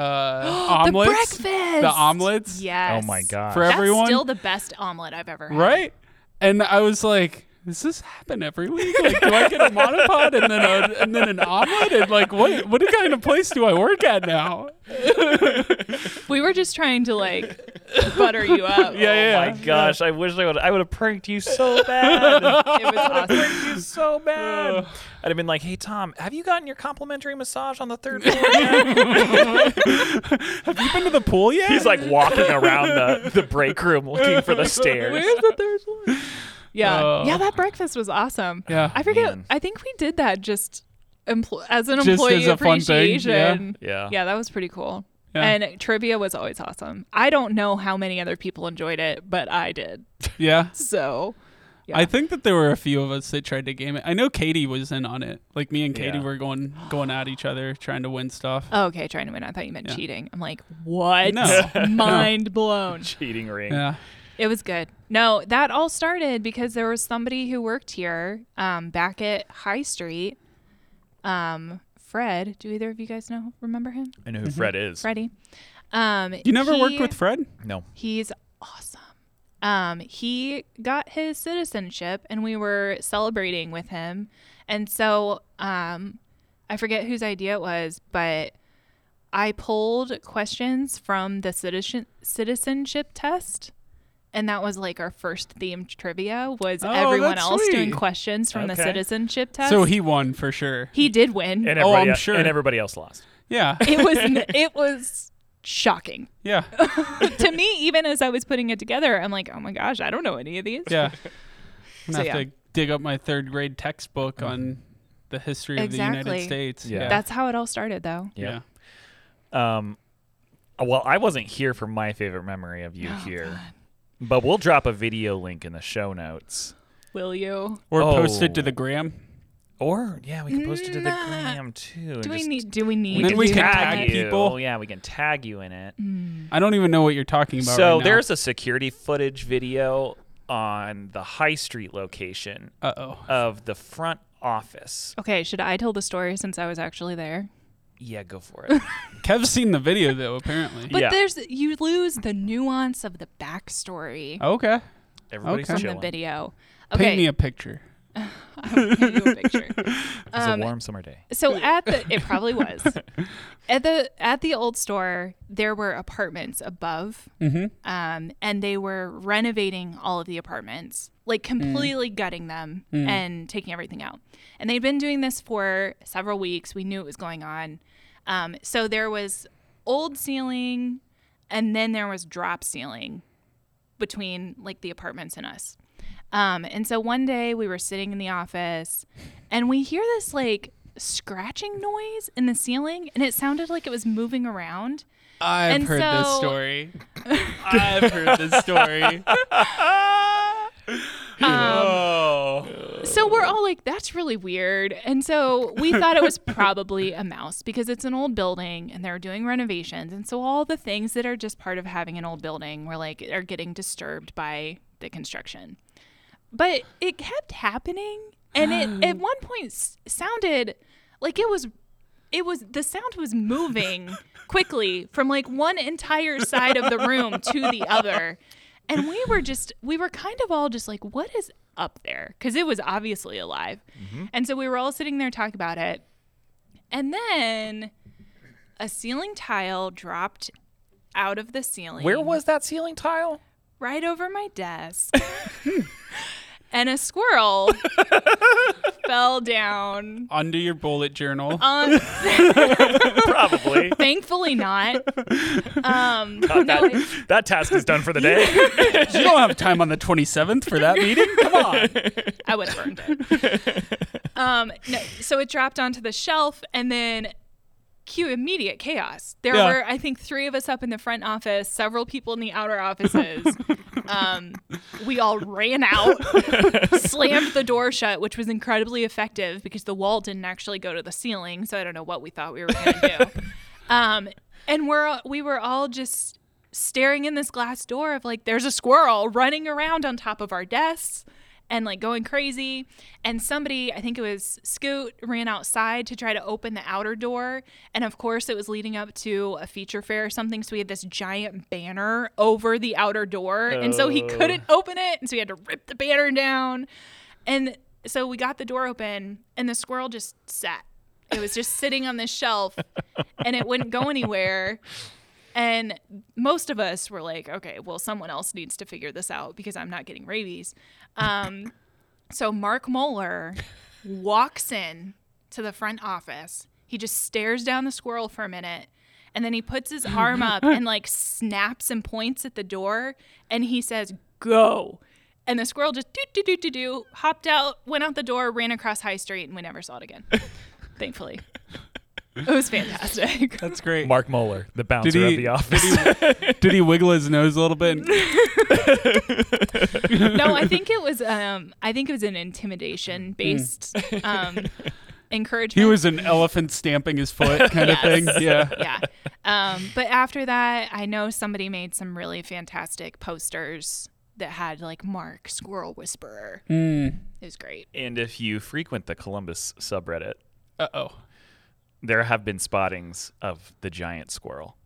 [SPEAKER 3] omelets,
[SPEAKER 2] the breakfast.
[SPEAKER 3] the omelets
[SPEAKER 2] Yes.
[SPEAKER 4] Oh my god.
[SPEAKER 3] for
[SPEAKER 2] That's
[SPEAKER 3] everyone,
[SPEAKER 2] still the best omelet I've ever had.
[SPEAKER 3] right? And I was like, does this happen every week? Like, do I get a monopod and then a, and then an omelet? And like, what what kind of place do I work at now?
[SPEAKER 2] We were just trying to like butter you up.
[SPEAKER 3] Yeah, yeah.
[SPEAKER 4] Oh my gosh, I wish I would. I would have pranked you so
[SPEAKER 2] It
[SPEAKER 4] bad.
[SPEAKER 2] was awesome.
[SPEAKER 4] pranked you so bad. I'd have been like, "Hey Tom, have you gotten your complimentary massage on the third floor?" yet?"
[SPEAKER 3] You been to the pool yet?
[SPEAKER 4] He's like walking around the, the break room looking for the stairs.
[SPEAKER 2] Where's the third one? Yeah.
[SPEAKER 3] Oh.
[SPEAKER 2] yeah, that breakfast was awesome.
[SPEAKER 3] Yeah.
[SPEAKER 2] I forget.
[SPEAKER 4] Man.
[SPEAKER 2] I think we did that just empl- as an
[SPEAKER 3] Just as
[SPEAKER 2] employee
[SPEAKER 3] a fun thing,
[SPEAKER 2] appreciation.
[SPEAKER 4] Yeah.
[SPEAKER 2] Yeah, that was pretty cool.
[SPEAKER 3] Yeah.
[SPEAKER 2] And trivia was always awesome. I don't know how many other people enjoyed it, but I did.
[SPEAKER 3] yeah.
[SPEAKER 2] So Yeah.
[SPEAKER 3] I think that there were a few of us that tried to game it. I know Katie was in on it. Like me and Katie
[SPEAKER 4] Yeah.
[SPEAKER 3] were going going at each other, trying to win stuff.
[SPEAKER 2] oh, okay, trying to win. I thought you meant
[SPEAKER 3] Yeah.
[SPEAKER 2] cheating. I'm like, what?
[SPEAKER 3] No.
[SPEAKER 2] Mind blown.
[SPEAKER 4] Cheating ring.
[SPEAKER 3] Yeah.
[SPEAKER 2] It was good. No, that all started because there was somebody who worked here um, back at High Street. Um, Fred, do either of you guys know remember him?
[SPEAKER 4] I know who Mm-hmm. Fred is.
[SPEAKER 2] Freddie. Um,
[SPEAKER 3] You never
[SPEAKER 2] he-
[SPEAKER 3] worked with Fred?
[SPEAKER 4] No.
[SPEAKER 2] He's awesome. Um, he got his citizenship, and we were celebrating with him. And so, um, I forget whose idea it was, but I pulled questions from the citizen citizenship test, and that was like our first themed trivia. Was
[SPEAKER 3] Oh,
[SPEAKER 2] everyone
[SPEAKER 3] that's
[SPEAKER 2] else doing
[SPEAKER 3] sweet.
[SPEAKER 2] questions from the
[SPEAKER 4] Okay.
[SPEAKER 2] citizenship test?
[SPEAKER 3] So he won for sure.
[SPEAKER 2] he did win.
[SPEAKER 4] And
[SPEAKER 3] Oh,
[SPEAKER 4] everybody,
[SPEAKER 3] I'm
[SPEAKER 4] el-
[SPEAKER 3] sure.
[SPEAKER 4] And everybody else lost.
[SPEAKER 3] Yeah.
[SPEAKER 2] it was it was shocking.
[SPEAKER 3] Yeah.
[SPEAKER 2] to me, even as I was putting it together, I'm like, oh my gosh, I don't know any of these.
[SPEAKER 3] Yeah. I'm gonna
[SPEAKER 2] So,
[SPEAKER 3] have
[SPEAKER 2] yeah.
[SPEAKER 3] to dig up my third grade textbook on the history of the
[SPEAKER 2] Exactly.
[SPEAKER 3] United States.
[SPEAKER 4] Yeah.
[SPEAKER 2] That's how it all started, though.
[SPEAKER 3] yeah.
[SPEAKER 4] Um, well, I wasn't here for my favorite memory of you
[SPEAKER 2] Oh,
[SPEAKER 4] here, but we'll drop a video link in the show notes.
[SPEAKER 2] Will you?
[SPEAKER 3] Or
[SPEAKER 4] Oh.
[SPEAKER 3] post it to the gram.
[SPEAKER 4] Or yeah, we can post it to the
[SPEAKER 2] Nah.
[SPEAKER 4] gram too. and
[SPEAKER 2] Mm, Ah, Do we
[SPEAKER 4] just-
[SPEAKER 2] need? Do we need?
[SPEAKER 4] We
[SPEAKER 3] Then
[SPEAKER 4] can
[SPEAKER 3] we can
[SPEAKER 4] tag,
[SPEAKER 3] tag
[SPEAKER 4] you.
[SPEAKER 3] people.
[SPEAKER 4] Yeah, we can tag you in it.
[SPEAKER 3] I don't even know what you're talking about.
[SPEAKER 4] So
[SPEAKER 3] right now.
[SPEAKER 4] there's a security footage video on the High Street location
[SPEAKER 3] Uh oh.
[SPEAKER 4] of the front office.
[SPEAKER 2] Okay, should I tell the story since I was actually there?
[SPEAKER 4] Yeah, go for it.
[SPEAKER 3] Kev's seen the video though, apparently.
[SPEAKER 2] But
[SPEAKER 4] Yeah.
[SPEAKER 2] there's you lose the nuance of the backstory
[SPEAKER 3] okay.
[SPEAKER 4] Everybody's
[SPEAKER 3] Okay.
[SPEAKER 2] from
[SPEAKER 4] chilling.
[SPEAKER 2] the video.
[SPEAKER 3] Paint
[SPEAKER 2] Okay,
[SPEAKER 3] me a picture.
[SPEAKER 2] I'll paint you a picture.
[SPEAKER 4] It's
[SPEAKER 2] Um,
[SPEAKER 4] a warm summer day.
[SPEAKER 2] So at the it probably was at the at the old store there were apartments above, um, and they were renovating all of the apartments, like completely gutting them and taking everything out. And they'd been doing this for several weeks. We knew it was going on, um, so there was old ceiling, and then there was drop ceiling between like the apartments and us. Um, and so one day we were sitting in the office and we hear this like scratching noise in the ceiling and it sounded like it was moving around.
[SPEAKER 3] I've
[SPEAKER 2] And
[SPEAKER 3] heard this
[SPEAKER 2] so-
[SPEAKER 3] story. I've heard this story. Oh.
[SPEAKER 2] So we're all like, that's really weird. And so we thought it was probably a mouse because it's an old building and they're doing renovations. And so all the things that are just part of having an old building were like, are getting disturbed by the construction. But it kept happening. And it at one point s- sounded like it was it was the sound was moving quickly from like one entire side of the room to the other. And we were just we were kind of all just like what is up there cuz it was obviously alive. And so we were all sitting there talking about it. And then a ceiling tile dropped out of the ceiling.
[SPEAKER 4] Where was that ceiling tile?
[SPEAKER 2] right over my desk. and a squirrel fell down
[SPEAKER 3] Under your bullet journal.
[SPEAKER 2] on
[SPEAKER 4] Um, Probably.
[SPEAKER 2] Thankfully not. Um, no,
[SPEAKER 4] that, that task is done for the day.
[SPEAKER 3] you don't have time on the 27th for that meeting. Come on.
[SPEAKER 2] I would have burned it. Um, no, so it dropped onto the shelf, and then cue immediate chaos. There
[SPEAKER 3] Yeah.
[SPEAKER 2] were, I think, three of us up in the front office, several people in the outer offices. um, we all ran out, slammed the door shut, which was incredibly effective because the wall didn't actually go to the ceiling. So I don't know what we thought we were going to do. Um, and we're we were all just staring in this glass door of like there's a squirrel running around on top of our desks and like going crazy and somebody i think it was scoot ran outside to try to open the outer door and of course it was leading up to a feature fair or something so we had this giant banner over the outer door and so he
[SPEAKER 4] Oh.
[SPEAKER 2] couldn't open it and so he had to rip the banner down and so we got the door open, and the squirrel just sat. It was just sitting on this shelf, and it wouldn't go anywhere. And most of us were like, okay, well, someone else needs to figure this out because I'm not getting rabies. Um, so Mark Moeller walks in to the front office. He just stares down the squirrel for a minute. And then he puts his arm up and like snaps and points at the door and he says, Go. And the squirrel just do do do do do hopped out, went out the door, ran across High Street, and we never saw it again. Thankfully. It was fantastic.
[SPEAKER 3] That's great.
[SPEAKER 4] Mark Moeller, the bouncer
[SPEAKER 3] Did he-
[SPEAKER 4] of the office.
[SPEAKER 3] Did he wiggle his nose a little bit?
[SPEAKER 2] no, I think it was um I think it was an intimidation based um encouragement.
[SPEAKER 3] He was an elephant stamping his foot kind of thing. Yeah.
[SPEAKER 2] yeah. Um, but after that, I know somebody made some really fantastic posters that had like Mark Squirrel Whisperer.
[SPEAKER 3] Mm.
[SPEAKER 2] It was great.
[SPEAKER 4] And if you frequent the Columbus subreddit,
[SPEAKER 3] Uh oh.
[SPEAKER 4] there have been spottings of the giant squirrel.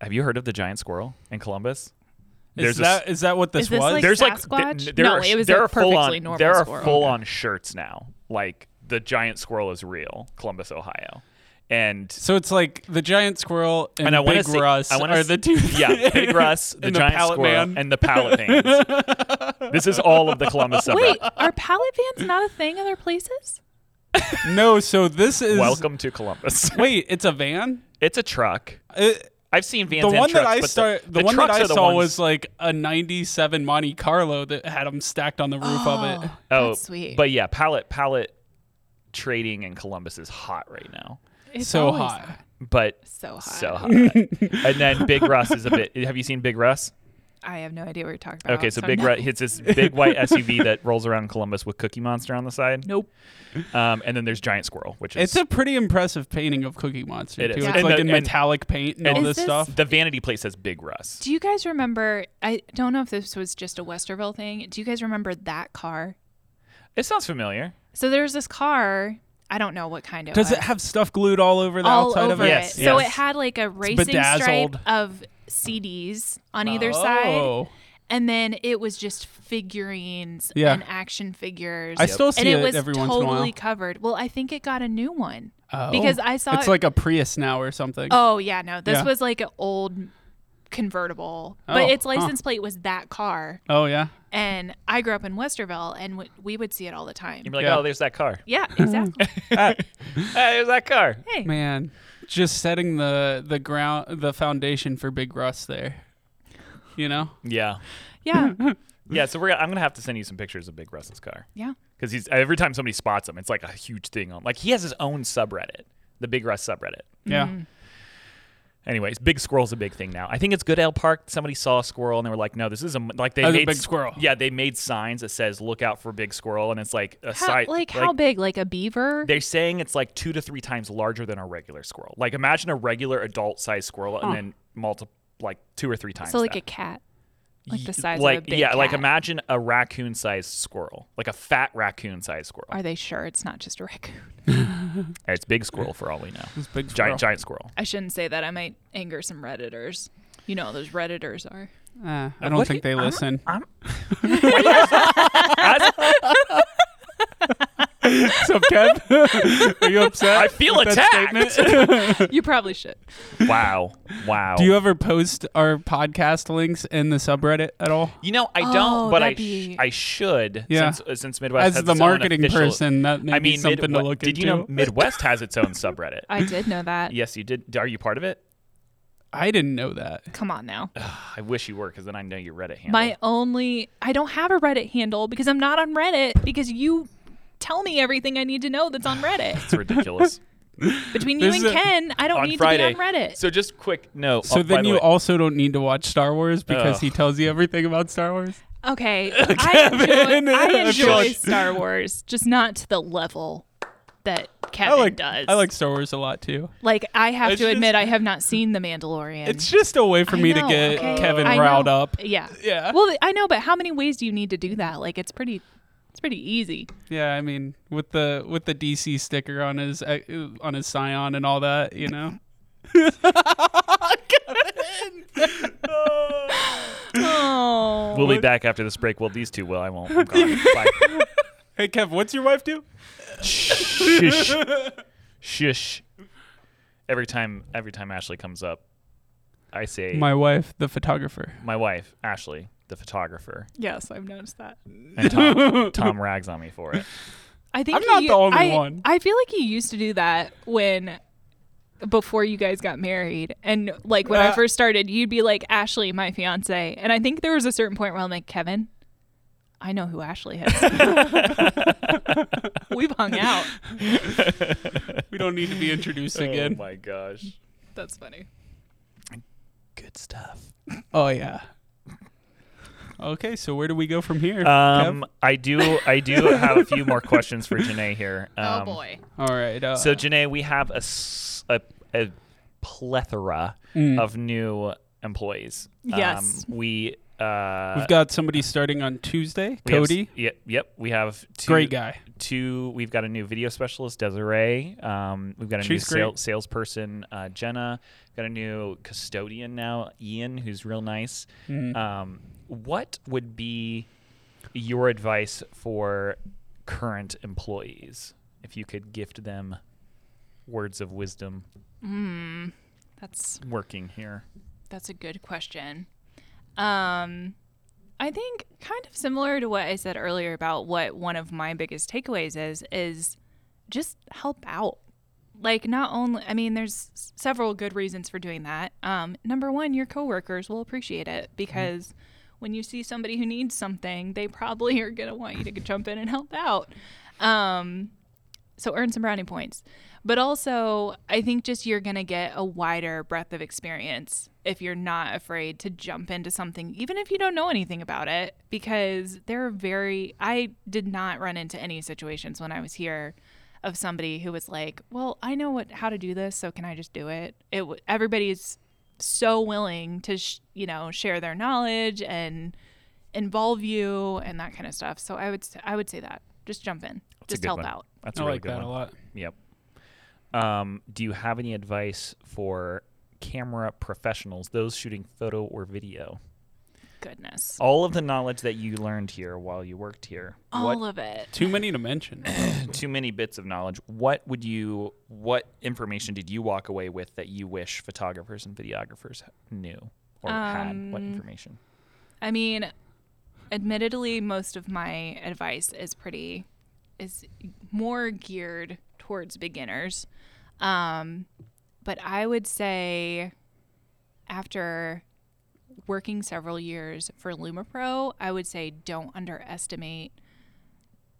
[SPEAKER 4] Have you heard of the giant squirrel in Columbus?
[SPEAKER 3] Is
[SPEAKER 4] There's a
[SPEAKER 3] that is that what this,
[SPEAKER 2] Is this
[SPEAKER 3] was?
[SPEAKER 2] like-
[SPEAKER 4] There's like
[SPEAKER 2] Sasquatch?
[SPEAKER 4] th- there
[SPEAKER 2] No,
[SPEAKER 4] are,
[SPEAKER 2] it was
[SPEAKER 4] there
[SPEAKER 2] a
[SPEAKER 4] are full
[SPEAKER 2] perfectly
[SPEAKER 4] on
[SPEAKER 2] normal
[SPEAKER 4] there are
[SPEAKER 2] squirrel.
[SPEAKER 4] full on shirts now. Like the giant squirrel is real, Columbus, Ohio, and
[SPEAKER 3] so it's like the giant squirrel and,
[SPEAKER 4] and I want
[SPEAKER 3] Big
[SPEAKER 4] to
[SPEAKER 3] Russ
[SPEAKER 4] I wanna
[SPEAKER 3] are
[SPEAKER 4] s-
[SPEAKER 3] the two.
[SPEAKER 4] Yeah, Big Russ, the
[SPEAKER 3] And the
[SPEAKER 4] giant
[SPEAKER 3] pallet
[SPEAKER 4] squirrel,
[SPEAKER 3] man.
[SPEAKER 4] and the pallet vans. this is all of the Columbus subreddit.
[SPEAKER 2] Wait, are pallet vans not a thing other places?
[SPEAKER 3] No, so this is
[SPEAKER 4] Welcome to Columbus.
[SPEAKER 3] Wait, it's a van.
[SPEAKER 4] it's a truck.
[SPEAKER 3] It,
[SPEAKER 4] I've seen vans.
[SPEAKER 3] the
[SPEAKER 4] and
[SPEAKER 3] one that
[SPEAKER 4] trucks,
[SPEAKER 3] I
[SPEAKER 4] but
[SPEAKER 3] saw, the, one that
[SPEAKER 4] trucks
[SPEAKER 3] I
[SPEAKER 4] are the
[SPEAKER 3] saw
[SPEAKER 4] ones-
[SPEAKER 3] was like a '97 Monte Carlo that had them stacked on the roof of it.
[SPEAKER 4] oh
[SPEAKER 2] That's sweet.
[SPEAKER 4] But yeah, pallet pallet trading in Columbus is hot right now.
[SPEAKER 2] It's
[SPEAKER 3] So
[SPEAKER 2] always
[SPEAKER 3] hot.
[SPEAKER 4] But
[SPEAKER 2] So hot.
[SPEAKER 4] so hot. and then Big Russ is a bit. Have you seen Big Russ?
[SPEAKER 2] I have no idea what you're talking about.
[SPEAKER 4] Okay, so
[SPEAKER 2] I'm
[SPEAKER 4] Big
[SPEAKER 2] not-
[SPEAKER 4] Russ, it's this big white SUV that rolls around Columbus with Cookie Monster on the side.
[SPEAKER 2] Nope.
[SPEAKER 4] Um, and then there's Giant Squirrel, which is
[SPEAKER 3] It's a pretty impressive painting of Cookie Monster
[SPEAKER 4] It
[SPEAKER 3] too.
[SPEAKER 4] is.
[SPEAKER 3] It's
[SPEAKER 2] And
[SPEAKER 3] like
[SPEAKER 4] the-
[SPEAKER 3] in
[SPEAKER 4] and-
[SPEAKER 3] metallic paint and,
[SPEAKER 4] and
[SPEAKER 3] all
[SPEAKER 2] is
[SPEAKER 3] this,
[SPEAKER 2] this-
[SPEAKER 3] stuff.
[SPEAKER 4] the vanity plate says Big Russ.
[SPEAKER 2] Do you guys remember? I don't know if this was just a Westerville thing. Do you guys remember that car?
[SPEAKER 4] It sounds familiar.
[SPEAKER 2] So there's this car. I don't know what kind it
[SPEAKER 3] Does
[SPEAKER 2] was.
[SPEAKER 3] it have stuff glued all over the
[SPEAKER 2] all
[SPEAKER 3] outside
[SPEAKER 2] over
[SPEAKER 3] of
[SPEAKER 2] it.
[SPEAKER 3] it?
[SPEAKER 4] Yes,
[SPEAKER 2] So
[SPEAKER 4] yes.
[SPEAKER 2] it had like a racing stripe
[SPEAKER 3] bedazzled.
[SPEAKER 2] of CDs on either side,
[SPEAKER 3] oh.
[SPEAKER 2] and then it was just figurines
[SPEAKER 3] Yeah.
[SPEAKER 2] and action figures.
[SPEAKER 3] I still see
[SPEAKER 2] and it,
[SPEAKER 3] it
[SPEAKER 2] was
[SPEAKER 3] every once in a
[SPEAKER 2] totally
[SPEAKER 3] while.
[SPEAKER 2] covered. Well, I think it got a new one
[SPEAKER 3] Oh.
[SPEAKER 2] because I saw
[SPEAKER 3] it's
[SPEAKER 2] it.
[SPEAKER 3] like a Prius now or something.
[SPEAKER 2] oh yeah, no, this
[SPEAKER 3] Yeah.
[SPEAKER 2] was like an old convertible,
[SPEAKER 3] Oh,
[SPEAKER 2] but its
[SPEAKER 3] huh.
[SPEAKER 2] license plate was that car.
[SPEAKER 3] Oh, yeah.
[SPEAKER 2] And I grew up in Westerville, and w- we would see it all the time.
[SPEAKER 4] You'd be like,
[SPEAKER 3] Yeah.
[SPEAKER 4] oh, there's that car.
[SPEAKER 2] yeah, exactly.
[SPEAKER 4] Hey, there's that car.
[SPEAKER 2] hey,
[SPEAKER 3] Man, just setting the the ground the foundation for Big Russ there. You know?
[SPEAKER 4] Yeah.
[SPEAKER 2] yeah,
[SPEAKER 4] Yeah, so we're gonna, I'm going to have to send you some pictures of Big Russ's car.
[SPEAKER 2] yeah.
[SPEAKER 4] Because he's every time somebody spots him, it's like a huge thing on. Like he has his own subreddit, the Big Russ subreddit.
[SPEAKER 3] Yeah.
[SPEAKER 4] Anyways, big squirrel's a big thing now. I think it's Goodale Park. Somebody saw a squirrel and they were like, "No, this is a m- like they
[SPEAKER 3] That's a
[SPEAKER 4] made
[SPEAKER 3] big
[SPEAKER 4] s-
[SPEAKER 3] squirrel.
[SPEAKER 4] Yeah, they made signs that says "Look out for big squirrel," and it's like a
[SPEAKER 2] How,
[SPEAKER 4] site
[SPEAKER 2] like, how big? Like a beaver?
[SPEAKER 4] They're saying it's like two to three times larger than a regular squirrel. Like imagine a regular adult-sized squirrel and then multiple like two or three times.
[SPEAKER 2] So like
[SPEAKER 4] that.
[SPEAKER 2] a cat. Like the
[SPEAKER 4] Y-
[SPEAKER 2] size of a
[SPEAKER 4] like
[SPEAKER 2] big
[SPEAKER 4] yeah, like
[SPEAKER 2] cat.
[SPEAKER 4] imagine a raccoon-sized squirrel, like a fat raccoon-sized squirrel.
[SPEAKER 2] Are they sure it's not just a raccoon?
[SPEAKER 4] Uh, It's big squirrel for all we know.
[SPEAKER 3] It's big
[SPEAKER 4] Giant, giant squirrel.
[SPEAKER 2] I shouldn't say that. I might anger some redditors. You know how those redditors are.
[SPEAKER 3] Uh, I don't think they listen. What's up, Kev? Are you upset?
[SPEAKER 4] I feel
[SPEAKER 3] with that
[SPEAKER 4] attacked.
[SPEAKER 3] statement?
[SPEAKER 2] You probably should.
[SPEAKER 4] wow, wow.
[SPEAKER 3] Do you ever post our podcast links in the subreddit at all?
[SPEAKER 4] You know, I don't,
[SPEAKER 2] Oh,
[SPEAKER 4] but I,
[SPEAKER 2] that'd be-
[SPEAKER 4] sh- I should.
[SPEAKER 3] Yeah.
[SPEAKER 4] Since, uh, since Midwest
[SPEAKER 3] As
[SPEAKER 4] has
[SPEAKER 3] the
[SPEAKER 4] its own
[SPEAKER 3] marketing
[SPEAKER 4] official-
[SPEAKER 3] person, that may
[SPEAKER 4] I
[SPEAKER 3] be
[SPEAKER 4] mean,
[SPEAKER 3] something
[SPEAKER 4] Midwe-
[SPEAKER 3] to look
[SPEAKER 4] Did
[SPEAKER 3] into.
[SPEAKER 4] you know Midwest has its own subreddit?
[SPEAKER 2] I did know that.
[SPEAKER 4] yes, you did. Are you part of it?
[SPEAKER 3] I didn't know that.
[SPEAKER 4] Oh,
[SPEAKER 2] Come on now.
[SPEAKER 4] I wish you were, because then I know you read it. Handle.
[SPEAKER 2] My only I don't have a Reddit handle because I'm not on Reddit because you tell me everything I need to know that's on Reddit.
[SPEAKER 4] it's ridiculous.
[SPEAKER 2] Between you
[SPEAKER 3] This
[SPEAKER 2] and
[SPEAKER 3] is a-
[SPEAKER 2] Ken, I don't
[SPEAKER 4] on
[SPEAKER 2] need
[SPEAKER 4] Friday,
[SPEAKER 2] to be on Reddit.
[SPEAKER 4] So just quick note.
[SPEAKER 3] So
[SPEAKER 4] oh, by
[SPEAKER 3] then
[SPEAKER 4] the
[SPEAKER 3] you
[SPEAKER 4] way-
[SPEAKER 3] also don't need to watch Star Wars because
[SPEAKER 4] Ugh.
[SPEAKER 3] he tells you everything about Star Wars.
[SPEAKER 2] okay. I
[SPEAKER 3] Kevin,
[SPEAKER 2] enjoy, I
[SPEAKER 3] I feel
[SPEAKER 2] enjoy
[SPEAKER 3] like-
[SPEAKER 2] Star Wars, just not to the level that
[SPEAKER 3] I
[SPEAKER 2] Kevin
[SPEAKER 3] like
[SPEAKER 2] does.
[SPEAKER 3] I like Star Wars a lot too.
[SPEAKER 2] Like, I have
[SPEAKER 3] It's
[SPEAKER 2] to admit
[SPEAKER 3] just-
[SPEAKER 2] I have not seen The Mandalorian.
[SPEAKER 3] It's just a way for
[SPEAKER 2] I
[SPEAKER 3] me to
[SPEAKER 2] know,
[SPEAKER 3] get
[SPEAKER 2] okay.
[SPEAKER 3] Kevin
[SPEAKER 2] I
[SPEAKER 3] riled
[SPEAKER 2] know.
[SPEAKER 3] up.
[SPEAKER 2] Yeah.
[SPEAKER 3] Yeah.
[SPEAKER 2] Well, I know, but how many ways do you need to do that? Like, it's pretty, it's pretty easy.
[SPEAKER 3] Yeah, I mean, with the with the DC sticker on his uh, on his Scion and all that, you know.
[SPEAKER 2] Oh.
[SPEAKER 4] We'll be back after this break. Well, these two will. I won't. I'm gone. Bye.
[SPEAKER 3] Hey, Kev, what's your wife do?
[SPEAKER 4] Shush. Shush. Every time, every time Ashley comes up, I say my,
[SPEAKER 3] My wife, the photographer.
[SPEAKER 4] wife, Ashley, the photographer,
[SPEAKER 2] yes, I've noticed that.
[SPEAKER 4] and Tom, Tom rags on me for it.
[SPEAKER 2] I think
[SPEAKER 3] I'm
[SPEAKER 2] he
[SPEAKER 3] not
[SPEAKER 2] u-
[SPEAKER 3] the only
[SPEAKER 2] I-
[SPEAKER 3] one.
[SPEAKER 2] I feel like he used to do that when before you guys got married and like when
[SPEAKER 3] Uh,
[SPEAKER 2] I first started you'd be like Ashley my fiance and I think there was a certain point where I'm like Kevin I know who Ashley is we've hung out
[SPEAKER 3] We don't need to be introduced
[SPEAKER 4] Oh
[SPEAKER 3] again.
[SPEAKER 4] my gosh.
[SPEAKER 2] that's funny
[SPEAKER 4] Good stuff.
[SPEAKER 3] Oh, yeah. Okay, so where do we go from here?
[SPEAKER 4] Um,
[SPEAKER 3] Kev?
[SPEAKER 4] I do, I do have a few more questions for Janae here. Um,
[SPEAKER 2] oh boy
[SPEAKER 3] All right. Uh,
[SPEAKER 4] So Janae, we have a s- a, a plethora
[SPEAKER 3] Mm.
[SPEAKER 4] of new employees.
[SPEAKER 2] Yes.
[SPEAKER 4] Um, we uh,
[SPEAKER 3] we've got somebody starting on Tuesday,
[SPEAKER 4] we have s-
[SPEAKER 3] Cody.
[SPEAKER 4] Yep, yep. We have two,
[SPEAKER 3] Great guy.
[SPEAKER 4] Two. We've got a new video specialist, Desiree. Um, we've got a
[SPEAKER 3] She's
[SPEAKER 4] new sale,
[SPEAKER 3] great.
[SPEAKER 4] salesperson, uh, Jenna. Got a new custodian now, Ian, who's real nice.
[SPEAKER 3] Mm-hmm.
[SPEAKER 4] Um, what would be your advice for current employees if you could gift them words of wisdom
[SPEAKER 2] that's
[SPEAKER 4] working here?
[SPEAKER 2] That's a good question. Um, I think kind of similar to what I said earlier about what one of my biggest takeaways is is just help out. Like not only I mean there's s- several good reasons for doing that. Um, number 1, your coworkers will appreciate it because when you see somebody who needs something, they probably are going to want you to jump in and help out. Um, so earn some brownie points. But also, I think just you're going to get a wider breadth of experience if you're not afraid to jump into something, even if you don't know anything about it, because they're very. I did not run into any situations when I was here of somebody who was like, "Well, I know what how to do this, so can I just do it?" It w- everybody's so willing to sh- you know share their knowledge and involve you and that kind of stuff. So I would s- I would say that just jump in,
[SPEAKER 4] That's a
[SPEAKER 2] just
[SPEAKER 4] good
[SPEAKER 2] help
[SPEAKER 4] one.
[SPEAKER 2] out.
[SPEAKER 4] That's
[SPEAKER 3] I
[SPEAKER 4] a really
[SPEAKER 3] like
[SPEAKER 4] good
[SPEAKER 3] that
[SPEAKER 4] one.
[SPEAKER 3] a lot.
[SPEAKER 4] Yep. Um, do you have any advice for camera professionals, those shooting photo or video?
[SPEAKER 2] Goodness.
[SPEAKER 4] All of the knowledge that you learned here while you worked here,
[SPEAKER 2] all
[SPEAKER 4] what
[SPEAKER 2] of it.
[SPEAKER 3] Too many to mention.
[SPEAKER 4] too many bits of knowledge? What would you? What information did you walk away with that you wish photographers and videographers knew or had? What information?
[SPEAKER 2] I mean, admittedly, most of my advice is pretty is more geared towards beginners. Um, but I would say after working several years for LumaPro, I would say don't underestimate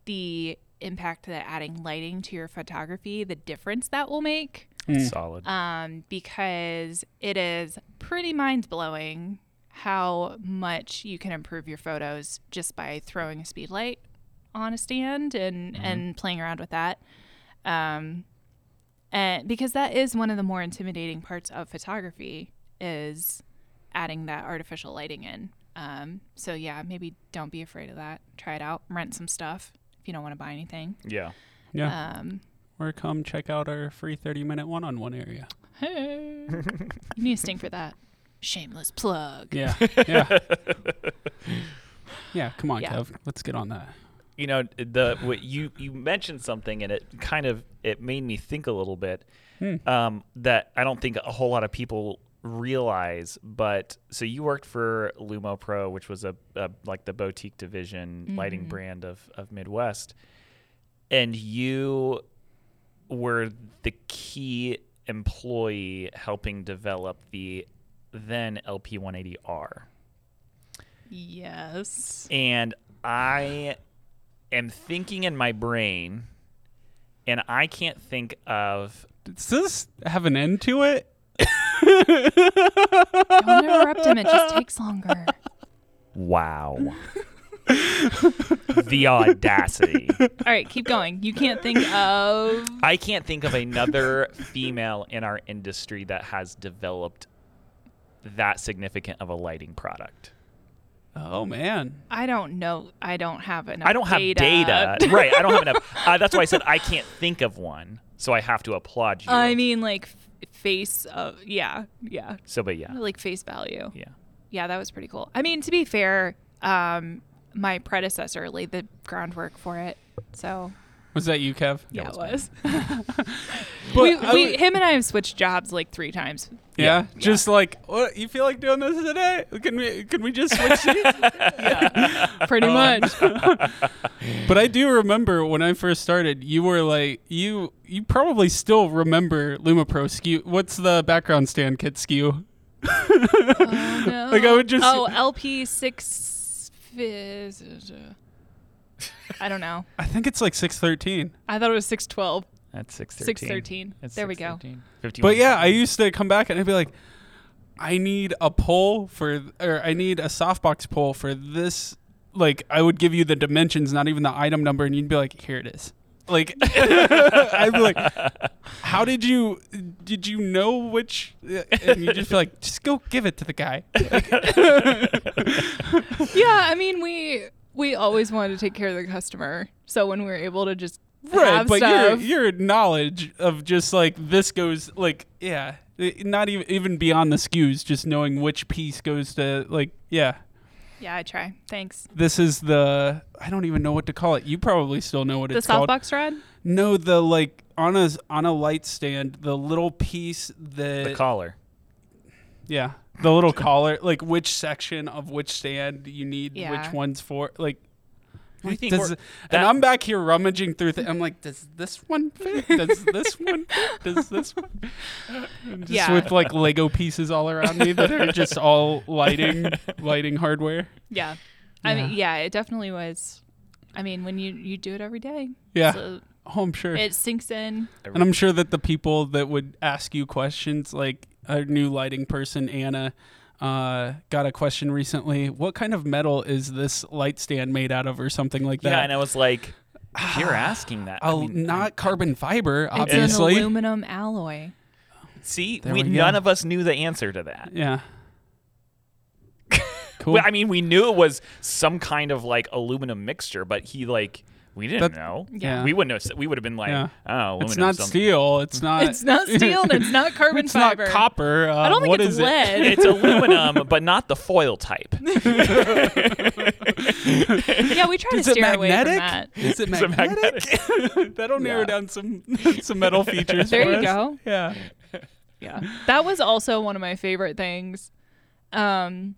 [SPEAKER 2] the impact that adding lighting to your photography, the difference that will make.
[SPEAKER 3] Mm.
[SPEAKER 4] Solid.
[SPEAKER 2] um, because it is pretty mind blowing how much you can improve your photos just by throwing a speed light on a stand and and playing around with that. Um, and because that is one of the more intimidating parts of photography is adding that artificial lighting in. Um, so yeah, maybe don't be afraid of that. Try it out. Rent some stuff if you don't want to buy anything.
[SPEAKER 4] Yeah.
[SPEAKER 3] Yeah.
[SPEAKER 2] Um,
[SPEAKER 3] or come check out our free 30 minute one on one area.
[SPEAKER 2] hey. you need to stink for that. Shameless plug.
[SPEAKER 3] Yeah. Yeah. yeah. Come on,
[SPEAKER 2] Yeah.
[SPEAKER 3] Kev. Let's get on that.
[SPEAKER 4] you know the what you you mentioned something and it kind of it made me think a little bit um, that I don't think a whole lot of people realize but so you worked for Lumo Pro which was a, a like the boutique division lighting brand of of Midwest and you were the key employee helping develop the then LP180R
[SPEAKER 2] Yes.
[SPEAKER 4] and I am thinking in my brain, and I can't think of.
[SPEAKER 3] Does this have an end to it?
[SPEAKER 2] Don't interrupt him. It just takes longer.
[SPEAKER 4] Wow. the audacity.
[SPEAKER 2] All right, keep going. You can't think of.
[SPEAKER 4] I can't think of another female in our industry that has developed that significant of a lighting product.
[SPEAKER 3] Oh, man.
[SPEAKER 2] I don't know. I don't have enough.
[SPEAKER 4] I don't have data. right. I don't have enough. Uh, that's why I said I can't think of one. So I have to applaud you.
[SPEAKER 2] I mean, like f- face of yeah, yeah,
[SPEAKER 4] so, but yeah.
[SPEAKER 2] like face value.
[SPEAKER 4] Yeah.
[SPEAKER 2] yeah, that was pretty cool. I mean, to be fair, um, my predecessor laid the groundwork for it, so
[SPEAKER 3] Was that you, Kev?
[SPEAKER 2] yeah, it was.
[SPEAKER 3] But
[SPEAKER 2] we,
[SPEAKER 3] I
[SPEAKER 2] we,
[SPEAKER 3] would-
[SPEAKER 2] him and I have switched jobs like three times.
[SPEAKER 3] Yeah, just like what you feel like doing this today? Can we can we just switch seats?
[SPEAKER 2] Pretty much.
[SPEAKER 3] but I do remember when I first started, you were like you you probably still remember LumaPro skew. What's the background stand kit skew? Like I would just
[SPEAKER 2] oh, LP six. I don't know.
[SPEAKER 3] I think it's like 613.
[SPEAKER 2] I thought it was six twelve.
[SPEAKER 4] That's
[SPEAKER 2] 613.
[SPEAKER 4] 613. That's
[SPEAKER 2] There we go.
[SPEAKER 4] 613. 51.
[SPEAKER 3] But yeah, I used to come back and I'd be like I need a pole for or I need a softbox pole for this like I would give you the dimensions, not even the item number and you'd be like here it is. Like I'd be like how did you did you know which uh, and you just be like just go give it to the guy
[SPEAKER 2] Yeah, I mean we we always wanted to take care of the customer, so when we were able to just
[SPEAKER 3] right
[SPEAKER 2] have
[SPEAKER 3] but your
[SPEAKER 2] stuff,
[SPEAKER 3] your knowledge of just like this goes like yeah it- not even even beyond the skews just knowing which piece goes to like yeah
[SPEAKER 2] yeah, I try. Thanks.
[SPEAKER 3] this is the i don't even know what to call it you probably still know what
[SPEAKER 2] The
[SPEAKER 3] it's called
[SPEAKER 2] softbox rod.
[SPEAKER 3] no the like on a on a light stand the little piece that
[SPEAKER 4] the caller.
[SPEAKER 3] yeah the little collar like which section of which stand you need
[SPEAKER 2] Yeah.
[SPEAKER 3] which one's for like
[SPEAKER 4] What do you think
[SPEAKER 3] Does,
[SPEAKER 4] we're-
[SPEAKER 3] and
[SPEAKER 4] that-
[SPEAKER 3] I'm back here rummaging through. Th- I'm like, does this one fit? Does this one fit? Does this one? And Just
[SPEAKER 2] Yeah.
[SPEAKER 3] with like Lego pieces all around me that are just all lighting, lighting hardware.
[SPEAKER 2] Yeah. I mean, yeah, it definitely was. I mean, when you you do it every day,
[SPEAKER 3] Yeah.
[SPEAKER 2] so
[SPEAKER 3] oh, I'm sure.
[SPEAKER 2] it sinks in.
[SPEAKER 3] and I'm sure that the people that would ask you questions, like our new lighting person, Anna, uh, got a question recently. What kind of metal is this light stand made out of, or something like that?
[SPEAKER 4] Yeah, and I was like, if you're asking that. I
[SPEAKER 3] Oh,
[SPEAKER 4] mean,
[SPEAKER 3] not carbon fiber,
[SPEAKER 2] It's
[SPEAKER 3] obviously.
[SPEAKER 2] an aluminum alloy.
[SPEAKER 4] see,
[SPEAKER 3] There
[SPEAKER 4] we,
[SPEAKER 3] we go.
[SPEAKER 4] none of us knew the answer to that.
[SPEAKER 3] yeah. Cool.
[SPEAKER 4] Well, I mean, we knew it was some kind of like aluminum mixture, but he like we didn't
[SPEAKER 3] That-
[SPEAKER 4] know.
[SPEAKER 3] yeah.
[SPEAKER 4] we wouldn't have. s- We would have been like,
[SPEAKER 3] Yeah.
[SPEAKER 4] oh, aluminum.
[SPEAKER 3] It's not
[SPEAKER 4] something.
[SPEAKER 3] steel. It's not.
[SPEAKER 2] It's not steel and it's not carbon
[SPEAKER 3] It's not
[SPEAKER 2] fiber.
[SPEAKER 3] copper. Uh,
[SPEAKER 2] I don't think
[SPEAKER 3] what
[SPEAKER 2] it's
[SPEAKER 3] is
[SPEAKER 2] lead.
[SPEAKER 4] It's aluminum, but not the foil type.
[SPEAKER 2] yeah, we try
[SPEAKER 3] It?
[SPEAKER 2] to
[SPEAKER 3] Is it
[SPEAKER 2] steer away from
[SPEAKER 3] magnetic?
[SPEAKER 2] that.
[SPEAKER 3] Is it
[SPEAKER 4] It's a
[SPEAKER 3] magnetic? That'll narrow
[SPEAKER 4] Yeah.
[SPEAKER 3] down some some metal features.
[SPEAKER 2] There
[SPEAKER 3] for
[SPEAKER 2] you
[SPEAKER 3] us.
[SPEAKER 2] go.
[SPEAKER 3] Yeah.
[SPEAKER 2] Yeah, that was also one of my favorite things. Um,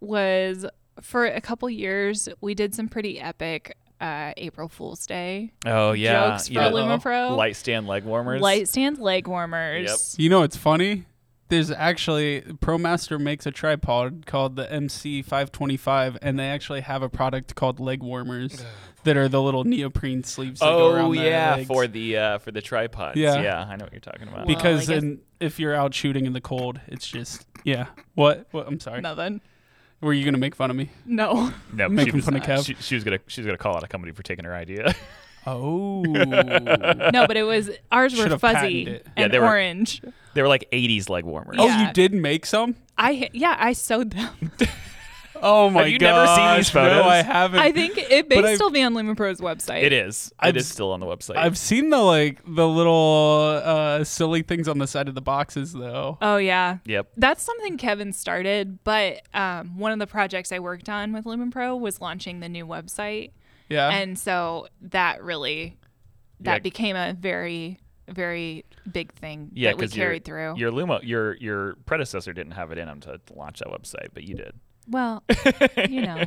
[SPEAKER 2] was for a couple years we did some pretty epic uh, April Fool's Day
[SPEAKER 4] oh yeah,
[SPEAKER 2] Jokes for
[SPEAKER 4] yeah.
[SPEAKER 2] Lumapro.
[SPEAKER 4] Light stand leg warmers.
[SPEAKER 2] Oh. light stand leg warmers.
[SPEAKER 3] You know what's funny? There's actually ProMaster makes a tripod called the MC525, and they actually have a product called leg warmers that are the little neoprene sleeves. That go
[SPEAKER 4] Oh
[SPEAKER 3] around their
[SPEAKER 4] yeah,
[SPEAKER 3] legs.
[SPEAKER 4] for the uh, for the tripods.
[SPEAKER 3] Yeah.
[SPEAKER 4] yeah, I know what you're talking about.
[SPEAKER 2] Be-
[SPEAKER 3] because
[SPEAKER 2] Well, I guess-
[SPEAKER 3] in, if you're out shooting in the cold, it's just yeah. What? What? I'm sorry.
[SPEAKER 2] Nothing.
[SPEAKER 3] Were you gonna make fun of me?
[SPEAKER 2] No.
[SPEAKER 4] no, she
[SPEAKER 3] making
[SPEAKER 4] was,
[SPEAKER 3] fun of Kev.
[SPEAKER 4] She, she was gonna she was gonna call out a company for taking her idea.
[SPEAKER 3] Oh.
[SPEAKER 2] No, but it was ours were
[SPEAKER 3] Should've
[SPEAKER 2] fuzzy
[SPEAKER 3] patented it.
[SPEAKER 2] and
[SPEAKER 4] they were-
[SPEAKER 2] orange.
[SPEAKER 4] they were like 80s leg warmers.
[SPEAKER 3] Oh,
[SPEAKER 2] Yeah.
[SPEAKER 3] you did make some?
[SPEAKER 2] I yeah, I sewed them.
[SPEAKER 3] Oh my god!
[SPEAKER 4] you never seen these photos?
[SPEAKER 3] No, I haven't.
[SPEAKER 2] I think it may
[SPEAKER 3] But I-
[SPEAKER 2] still be on Lumipro's website.
[SPEAKER 4] It is.
[SPEAKER 3] I've
[SPEAKER 4] it is
[SPEAKER 3] s-
[SPEAKER 4] still on the website.
[SPEAKER 3] I've seen the like the little uh, silly things on the side of the boxes though.
[SPEAKER 2] Oh yeah.
[SPEAKER 4] Yep.
[SPEAKER 2] That's something Kevin started, but um, one of the projects I worked on with Lumen Pro was launching the new website,
[SPEAKER 3] Yeah.
[SPEAKER 2] and so that really that
[SPEAKER 4] Yeah.
[SPEAKER 2] became a very very big thing
[SPEAKER 4] yeah,
[SPEAKER 2] that we
[SPEAKER 4] because your,
[SPEAKER 2] carried through.
[SPEAKER 4] your Luma, your your predecessor didn't have it in him to launch that website, but you did.
[SPEAKER 2] Well, you know,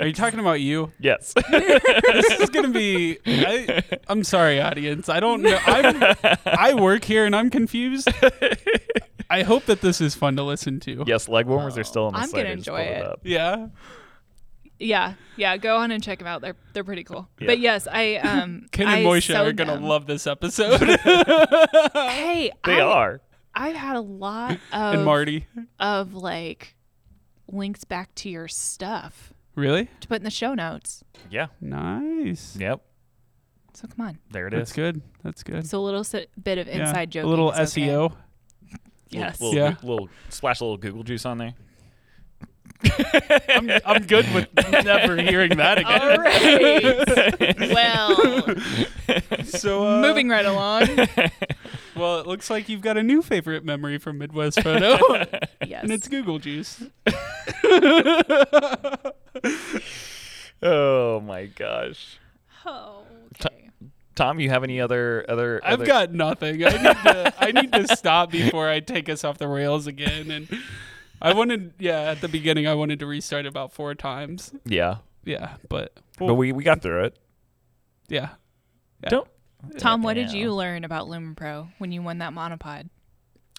[SPEAKER 3] Are you talking about you?
[SPEAKER 4] Yes.
[SPEAKER 3] This is gonna be. I, I'm sorry, audience. I don't know. I'm, I work here and I'm confused. I hope that this is fun to listen to.
[SPEAKER 4] yes, leg warmers are still on the
[SPEAKER 2] I'm
[SPEAKER 4] site.
[SPEAKER 2] gonna
[SPEAKER 4] I just
[SPEAKER 2] enjoy
[SPEAKER 4] pulled
[SPEAKER 2] it.
[SPEAKER 4] up.
[SPEAKER 3] Yeah.
[SPEAKER 2] yeah, yeah. Go on and check them out. They're they're pretty cool.
[SPEAKER 4] Yeah.
[SPEAKER 2] But yes, I um.
[SPEAKER 3] Ken
[SPEAKER 2] I
[SPEAKER 3] and Moisha are
[SPEAKER 2] sewed
[SPEAKER 3] gonna
[SPEAKER 2] them.
[SPEAKER 3] love this episode.
[SPEAKER 2] Hey, I,
[SPEAKER 4] They are.
[SPEAKER 2] I've had a lot of
[SPEAKER 3] and Marty.
[SPEAKER 2] of like links back to your stuff
[SPEAKER 3] Really?
[SPEAKER 2] to put in the show notes.
[SPEAKER 4] Yeah.
[SPEAKER 3] Nice.
[SPEAKER 4] Yep.
[SPEAKER 2] So come on.
[SPEAKER 4] There it
[SPEAKER 3] That's
[SPEAKER 4] is.
[SPEAKER 3] good. That's good.
[SPEAKER 2] So a little si- bit of
[SPEAKER 3] Yeah.
[SPEAKER 2] inside joke.
[SPEAKER 3] A little E SEO.
[SPEAKER 2] Yes.
[SPEAKER 4] Little,
[SPEAKER 3] Yeah.
[SPEAKER 4] little splash a little Google juice on there.
[SPEAKER 3] I'm, I'm good with never hearing that again.
[SPEAKER 2] All right. well,
[SPEAKER 3] So uh,
[SPEAKER 2] moving right along.
[SPEAKER 3] Well, it looks like you've got a new favorite memory from Midwest Photo,
[SPEAKER 2] Yes.
[SPEAKER 3] and it's Google Juice.
[SPEAKER 4] Oh my gosh.
[SPEAKER 2] oh, okay.
[SPEAKER 4] Tom, you have any other other?
[SPEAKER 3] I've
[SPEAKER 4] other-
[SPEAKER 3] got nothing. I need, to, I need to stop before I take us off the rails again. And I wanted, yeah, at the beginning, I wanted to restart about four times.
[SPEAKER 4] Yeah.
[SPEAKER 3] Yeah, but
[SPEAKER 4] But we we got through it.
[SPEAKER 3] yeah,
[SPEAKER 4] Don't.
[SPEAKER 2] Tom, what did
[SPEAKER 4] Yeah.
[SPEAKER 2] you learn about Lumen Pro when you won that monopod?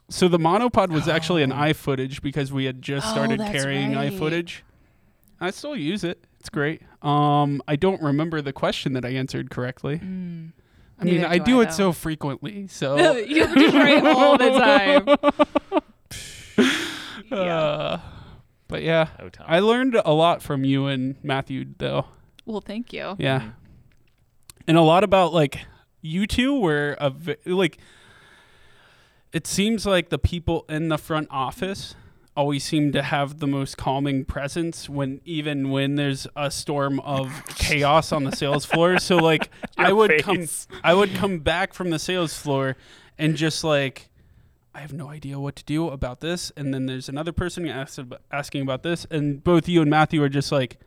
[SPEAKER 3] So the monopod was actually an eye footage because we had just
[SPEAKER 2] Oh,
[SPEAKER 3] started
[SPEAKER 2] that's
[SPEAKER 3] carrying eye
[SPEAKER 2] right.
[SPEAKER 3] footage. I still use it. It's great. Um, I don't remember the question that I answered correctly.
[SPEAKER 2] Mm.
[SPEAKER 3] I mean,
[SPEAKER 2] Neither
[SPEAKER 3] I
[SPEAKER 2] do
[SPEAKER 3] do
[SPEAKER 2] I,
[SPEAKER 3] it
[SPEAKER 2] though.
[SPEAKER 3] so frequently. So
[SPEAKER 2] you were just right all the time. yeah.
[SPEAKER 3] uh, but yeah,
[SPEAKER 4] Oh, Tom.
[SPEAKER 3] I learned a lot from you and Matthew, though.
[SPEAKER 2] Well, thank you.
[SPEAKER 3] Yeah, Mm. and a lot about like you two were a v- like. It seems like the people in the front office always seem to have the most calming presence when even when there's a storm of chaos on the sales floor. So like I would come I would come back from the sales floor and just like I have no idea what to do about this and then there's another person ask, asking about this and both you and Matthew are just like,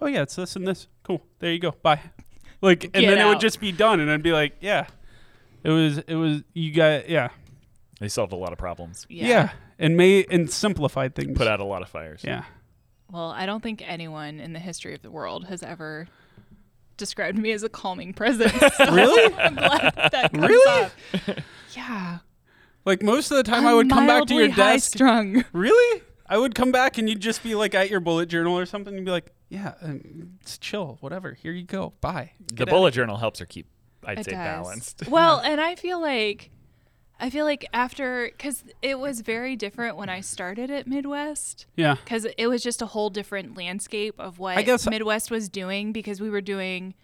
[SPEAKER 3] "Oh yeah, it's this and this. Cool. There you go. Bye." Like and
[SPEAKER 2] Get
[SPEAKER 3] then it would
[SPEAKER 2] out.
[SPEAKER 3] just be done and I'd be like, "Yeah. It was it was you got yeah.
[SPEAKER 4] They solved a lot of problems.
[SPEAKER 3] Yeah. And may and simplified things.
[SPEAKER 4] Put out a lot of fires.
[SPEAKER 3] Yeah.
[SPEAKER 2] Well, I don't think anyone in the history of the world has ever described me as a calming presence.
[SPEAKER 3] Really?
[SPEAKER 2] I'm glad that comes
[SPEAKER 3] Really?
[SPEAKER 2] up. Yeah.
[SPEAKER 3] Like most of the time, i would come back to your
[SPEAKER 2] Mildly
[SPEAKER 3] desk.
[SPEAKER 2] high-strung.
[SPEAKER 3] really? I would come back and you'd just be like at your bullet journal or something. and be like, yeah, um, it's chill, whatever. Here you go. Bye.
[SPEAKER 4] The bullet journal helps her keep, I'd
[SPEAKER 2] It
[SPEAKER 4] say,
[SPEAKER 2] does.
[SPEAKER 4] balanced.
[SPEAKER 2] Well, and I feel like I feel like after because it was very different when I started at Midwest
[SPEAKER 3] Yeah.
[SPEAKER 2] because it was just a whole different landscape of what
[SPEAKER 3] I guess-
[SPEAKER 2] Midwest was doing because we were doing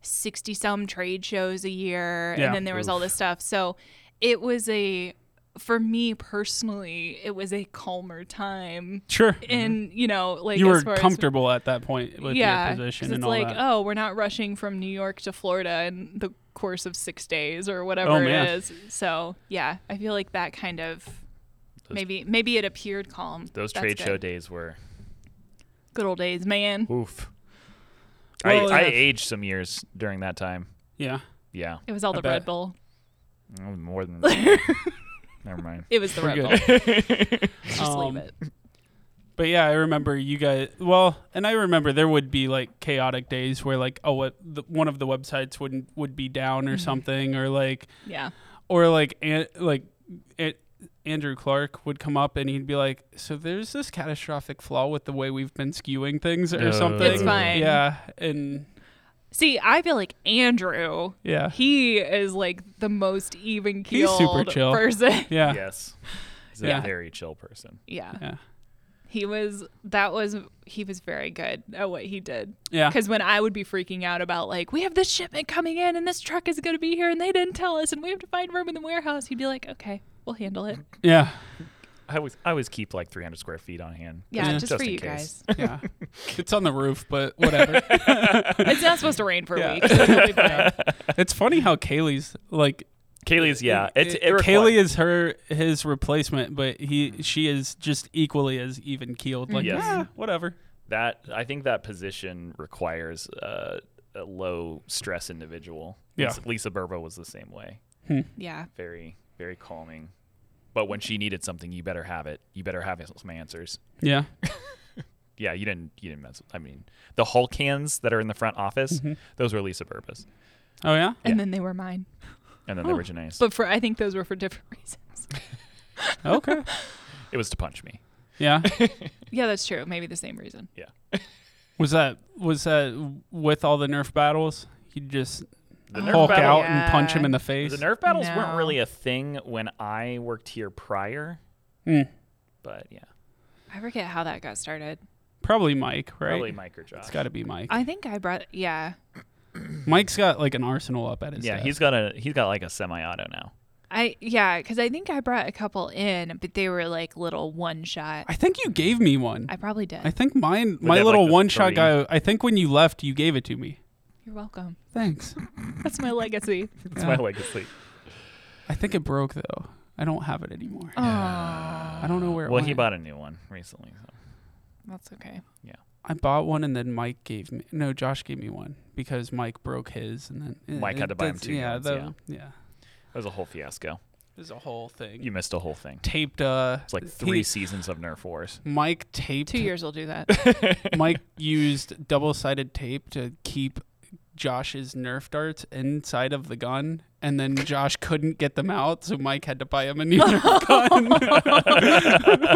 [SPEAKER 2] sixty some trade shows a year
[SPEAKER 3] Yeah.
[SPEAKER 2] and then there was all this stuff. So it was a for me personally, it was a calmer time.
[SPEAKER 3] Sure.
[SPEAKER 2] And you know, like
[SPEAKER 3] Mm-hmm. you
[SPEAKER 2] as
[SPEAKER 3] were
[SPEAKER 2] far as-
[SPEAKER 3] comfortable at that point with
[SPEAKER 2] yeah,
[SPEAKER 3] your
[SPEAKER 2] 'cause
[SPEAKER 3] position
[SPEAKER 2] it's
[SPEAKER 3] and all
[SPEAKER 2] like,
[SPEAKER 3] that.
[SPEAKER 2] oh, we're not rushing from New York to Florida in the course of six days or whatever
[SPEAKER 3] Oh,
[SPEAKER 2] it
[SPEAKER 3] man.
[SPEAKER 2] is. So yeah, I feel like that kind of maybe maybe it appeared calm.
[SPEAKER 4] Those
[SPEAKER 2] That's
[SPEAKER 4] trade
[SPEAKER 2] good.
[SPEAKER 4] show days were
[SPEAKER 2] good old days, man.
[SPEAKER 4] oof.
[SPEAKER 3] Well,
[SPEAKER 4] I, I
[SPEAKER 3] yeah.
[SPEAKER 4] aged some years during that time.
[SPEAKER 3] yeah.
[SPEAKER 4] Yeah,
[SPEAKER 2] It was all the
[SPEAKER 3] bet.
[SPEAKER 2] Red Bull.
[SPEAKER 4] Oh, more than. Never mind.
[SPEAKER 2] It was the Red
[SPEAKER 3] good.
[SPEAKER 2] Bull. Just
[SPEAKER 3] Um,
[SPEAKER 2] leave it.
[SPEAKER 3] But yeah, I remember you guys. Well, and I remember there would be like chaotic days where like oh, what the, one of the websites wouldn't would be down
[SPEAKER 2] Mm-hmm.
[SPEAKER 3] or something, or like
[SPEAKER 2] Yeah.
[SPEAKER 3] or like an, like it, Andrew Clark would come up and he'd be like, "So there's this catastrophic flaw with the way we've been skewing things or
[SPEAKER 4] Uh.
[SPEAKER 3] something."
[SPEAKER 2] It's fine.
[SPEAKER 3] Yeah, and
[SPEAKER 2] See, I feel like Andrew.
[SPEAKER 3] Yeah.
[SPEAKER 2] He is like the most even keeled
[SPEAKER 3] super chill.
[SPEAKER 2] person.
[SPEAKER 3] yeah, yeah,
[SPEAKER 4] Yes, he's a
[SPEAKER 3] Yeah.
[SPEAKER 4] very chill person.
[SPEAKER 2] Yeah.
[SPEAKER 3] yeah.
[SPEAKER 2] He was that was he was very good at what he did. Because when I would be freaking out about like we have this shipment coming in and this truck is going to be here and they didn't tell us and we have to find room in the warehouse, he'd be like, "Okay, we'll handle it."
[SPEAKER 3] yeah.
[SPEAKER 4] I always I always keep like 300 square feet on hand.
[SPEAKER 2] Yeah, just, for
[SPEAKER 4] in
[SPEAKER 2] you
[SPEAKER 4] case.
[SPEAKER 2] guys.
[SPEAKER 3] Yeah. it's on the roof, but whatever.
[SPEAKER 2] It's not supposed to rain for
[SPEAKER 3] Yeah.
[SPEAKER 2] a week. So it'll be fine.
[SPEAKER 3] it's funny how Kaylee's like
[SPEAKER 4] Kaylee's yeah. It's it, requi-
[SPEAKER 3] Kaylee is her his replacement, but he she is just equally as even keeled. Like
[SPEAKER 4] Yes.
[SPEAKER 3] "Ah, whatever.
[SPEAKER 4] that I think that position requires uh, a low stress individual.
[SPEAKER 3] Yeah.
[SPEAKER 4] Lisa, Lisa Burbo was the same way.
[SPEAKER 2] Yeah.
[SPEAKER 4] Very very calming. But when she needed something, you better have it. You better have some answers.
[SPEAKER 3] Yeah.
[SPEAKER 4] Yeah, you didn't you didn't mess. With, I mean, the Hulk hands that are in the front office, those were Lisa Burba's,
[SPEAKER 3] Oh yeah.
[SPEAKER 2] And then they were mine.
[SPEAKER 4] and then they were Janae's.
[SPEAKER 2] Oh. But for I think those were for different reasons.
[SPEAKER 3] Okay.
[SPEAKER 4] It was to punch me.
[SPEAKER 3] Yeah.
[SPEAKER 2] Yeah, that's true. Maybe the same reason.
[SPEAKER 4] Yeah.
[SPEAKER 3] Was that was that with all the Nerf battles? You just
[SPEAKER 4] The
[SPEAKER 3] Hulk
[SPEAKER 4] battle-
[SPEAKER 3] out and punch
[SPEAKER 2] Yeah.
[SPEAKER 3] him in the face.
[SPEAKER 4] The Nerf battles weren't
[SPEAKER 2] No.
[SPEAKER 4] really a thing when I worked here prior.
[SPEAKER 3] Mm.
[SPEAKER 4] But yeah,
[SPEAKER 2] I forget how that got started.
[SPEAKER 3] Probably Mike, right?
[SPEAKER 4] probably Mike or Josh.
[SPEAKER 3] It's got to be Mike.
[SPEAKER 2] I think I brought yeah.
[SPEAKER 3] Mike's got like an arsenal up at his.
[SPEAKER 4] yeah,
[SPEAKER 3] desk.
[SPEAKER 4] he's got a he's got like a semi-auto now.
[SPEAKER 2] I yeah, because I think I brought a couple in, but they were like little one shot.
[SPEAKER 3] I think you gave me one.
[SPEAKER 2] I probably did.
[SPEAKER 3] I think mine,
[SPEAKER 4] they
[SPEAKER 3] my
[SPEAKER 4] have,
[SPEAKER 3] little
[SPEAKER 4] like, the
[SPEAKER 3] one shot
[SPEAKER 4] three?
[SPEAKER 3] guy. I think when you left, you gave it to me.
[SPEAKER 2] You're welcome.
[SPEAKER 3] Thanks.
[SPEAKER 2] That's my legacy.
[SPEAKER 4] It's
[SPEAKER 3] Yeah.
[SPEAKER 4] my legacy.
[SPEAKER 3] I think it broke though. I don't have it anymore.
[SPEAKER 2] Oh,
[SPEAKER 3] I don't know where. it
[SPEAKER 4] Well, he
[SPEAKER 3] went.
[SPEAKER 4] bought a new one recently. So.
[SPEAKER 2] that's okay.
[SPEAKER 3] I bought one, and then Mike gave me. No, Josh gave me one because Mike broke his, and then
[SPEAKER 4] Mike had to buy him
[SPEAKER 3] that's-
[SPEAKER 4] two
[SPEAKER 3] Yeah,
[SPEAKER 4] ones,
[SPEAKER 3] the- yeah.
[SPEAKER 4] It was a whole fiasco.
[SPEAKER 3] There's a whole thing.
[SPEAKER 4] You missed a whole thing.
[SPEAKER 3] taped. Uh,
[SPEAKER 4] It's like
[SPEAKER 3] he-
[SPEAKER 4] three seasons of Nerf wars.
[SPEAKER 3] Mike taped.
[SPEAKER 2] Two years will do that.
[SPEAKER 3] Mike used double-sided tape to keep Josh's Nerf darts inside of the gun, and then Josh couldn't get them out, so Mike had to buy him a new Nerf gun.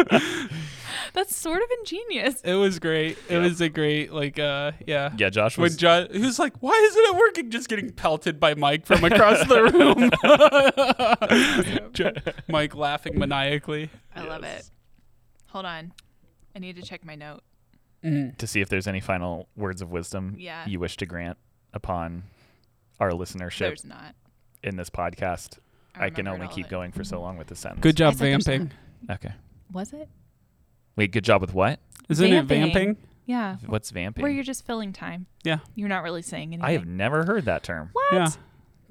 [SPEAKER 2] That's sort of ingenious.
[SPEAKER 3] it was great. It was a great like. Uh, yeah.
[SPEAKER 4] Yeah, Josh
[SPEAKER 3] When
[SPEAKER 4] was.
[SPEAKER 3] Josh, he was like, "Why isn't it working?" Just getting pelted by Mike from across the room. Jo- Mike laughing maniacally.
[SPEAKER 2] I love it. Hold on. I need to check my note.
[SPEAKER 4] to see if there's any final words of wisdom
[SPEAKER 2] Yeah.
[SPEAKER 4] you wish to grant upon our listenership
[SPEAKER 2] There's not.
[SPEAKER 4] in this podcast.
[SPEAKER 2] I
[SPEAKER 4] I, can
[SPEAKER 2] remembered
[SPEAKER 4] only
[SPEAKER 2] all
[SPEAKER 4] keep
[SPEAKER 2] of it.
[SPEAKER 4] going for so long with this sentence.
[SPEAKER 3] Good job
[SPEAKER 2] I said there's
[SPEAKER 3] vamping.
[SPEAKER 4] Okay.
[SPEAKER 2] Was it?
[SPEAKER 4] Wait, good job with what?
[SPEAKER 3] Isn't it
[SPEAKER 2] Vamping.
[SPEAKER 3] vamping?
[SPEAKER 2] Yeah.
[SPEAKER 4] What's vamping?
[SPEAKER 2] Where you're just filling time.
[SPEAKER 3] Yeah.
[SPEAKER 2] You're not really saying anything.
[SPEAKER 4] I have never heard that term.
[SPEAKER 2] What?
[SPEAKER 3] Yeah.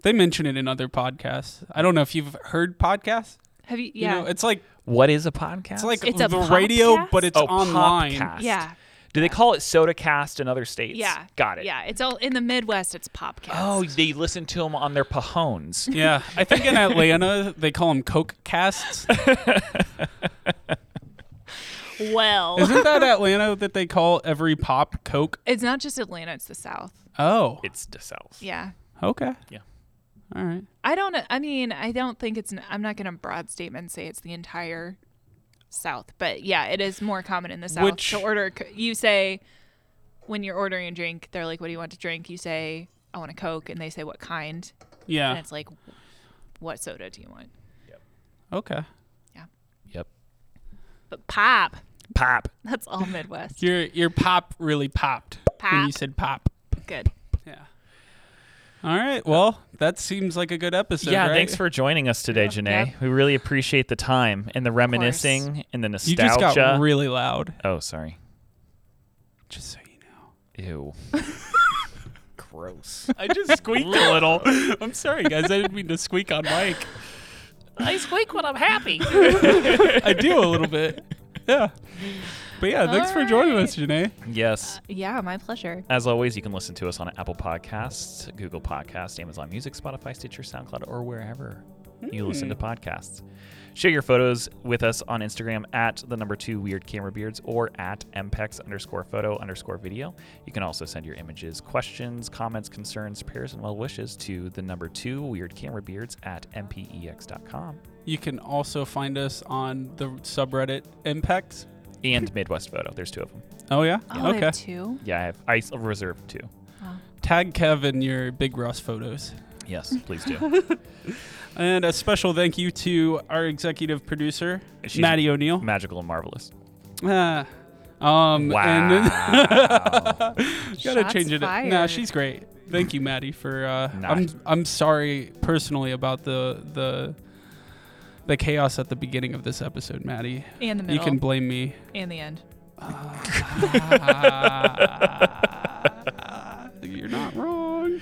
[SPEAKER 3] They mention it in other podcasts. I don't know if you've heard podcasts.
[SPEAKER 2] Have you?
[SPEAKER 3] You
[SPEAKER 2] Yeah.
[SPEAKER 3] know, it's like
[SPEAKER 4] What is a podcast?
[SPEAKER 3] it's like
[SPEAKER 2] It's
[SPEAKER 3] the
[SPEAKER 2] a
[SPEAKER 3] radio,
[SPEAKER 2] podcast?
[SPEAKER 3] but it's
[SPEAKER 4] oh,
[SPEAKER 3] online.
[SPEAKER 4] podcast.
[SPEAKER 2] yeah.
[SPEAKER 4] Do they call it SodaCast in other states?
[SPEAKER 2] Yeah.
[SPEAKER 4] Got it.
[SPEAKER 2] Yeah. It's all in the Midwest. It's popcast.
[SPEAKER 4] Oh, they listen to them on their pahones.
[SPEAKER 3] Yeah, I think in Atlanta they call them Coke casts.
[SPEAKER 2] well.
[SPEAKER 3] Isn't that Atlanta that they call every pop Coke?
[SPEAKER 2] It's not just Atlanta. It's the South.
[SPEAKER 3] Oh,
[SPEAKER 4] It's DeSouth.
[SPEAKER 2] Yeah.
[SPEAKER 3] okay.
[SPEAKER 4] Yeah.
[SPEAKER 3] All right.
[SPEAKER 2] I don't. I mean, I don't think it's. I'm not going to broad statement say it's the entire South, but yeah, it is more common in the South
[SPEAKER 3] Which-
[SPEAKER 2] to order. c- You say when you're ordering a drink, they're like, "What do you want to drink?" You say, "I want a Coke," and they say, "What kind?" And
[SPEAKER 3] Yeah.
[SPEAKER 2] it's like, "What soda do you want?"
[SPEAKER 3] Okay.
[SPEAKER 4] Yep.
[SPEAKER 2] But pop.
[SPEAKER 4] Pop.
[SPEAKER 2] That's all Midwest.
[SPEAKER 3] Your your pop really popped when you
[SPEAKER 2] Pop.
[SPEAKER 3] said pop.
[SPEAKER 2] Good.
[SPEAKER 3] Yeah. All right. Well, that seems like a good episode.
[SPEAKER 4] yeah,
[SPEAKER 3] right?
[SPEAKER 4] thanks for joining us today, Janae. We really appreciate the time and the reminiscing and the
[SPEAKER 3] You
[SPEAKER 4] nostalgia.
[SPEAKER 3] just got really loud.
[SPEAKER 4] oh, sorry.
[SPEAKER 3] Just so you know.
[SPEAKER 4] Ew. Gross.
[SPEAKER 3] I just squeaked a little. I'm sorry, guys. I didn't mean to squeak on Mike.
[SPEAKER 8] I squeak when I'm happy.
[SPEAKER 3] I do a little bit. Yeah. But yeah, thanks for joining us, Janae.
[SPEAKER 4] Yes.
[SPEAKER 2] Yeah, my pleasure.
[SPEAKER 4] As always, you can listen to us on Apple Podcasts, Google Podcasts, Amazon Music, Spotify, Stitcher, SoundCloud, or wherever you listen to podcasts. Share your photos with us on Instagram at the number two weird camera beards or at mpex underscore photo underscore video. You can also send your images, questions, comments, concerns, prayers, and well wishes to the number two weird camera beards at e mpex.com
[SPEAKER 3] You can also find us on the subreddit Impex.
[SPEAKER 4] and Midwest Photo. There's two of them.
[SPEAKER 3] Oh yeah.
[SPEAKER 2] Oh, I
[SPEAKER 3] okay.
[SPEAKER 2] have two.
[SPEAKER 4] Yeah, I have I s- reserved two.
[SPEAKER 3] Tag Kev in your Big Ross photos.
[SPEAKER 4] Yes, please do.
[SPEAKER 3] And a special thank you to our executive producer,
[SPEAKER 4] She's-
[SPEAKER 3] Maddie O'Neill.
[SPEAKER 4] Magical and marvelous.
[SPEAKER 3] Ah. um, and-
[SPEAKER 4] Wow.
[SPEAKER 3] Gotta
[SPEAKER 2] Shots
[SPEAKER 3] change it. up. Nah,
[SPEAKER 2] fired.
[SPEAKER 3] she's great. Thank you, Maddie, for. Uh,
[SPEAKER 4] Nah.
[SPEAKER 3] I'm I'm sorry personally about the the the chaos at the beginning of this episode, Maddie.
[SPEAKER 2] And the middle.
[SPEAKER 3] You can blame me.
[SPEAKER 2] and the end.
[SPEAKER 3] You're not wrong.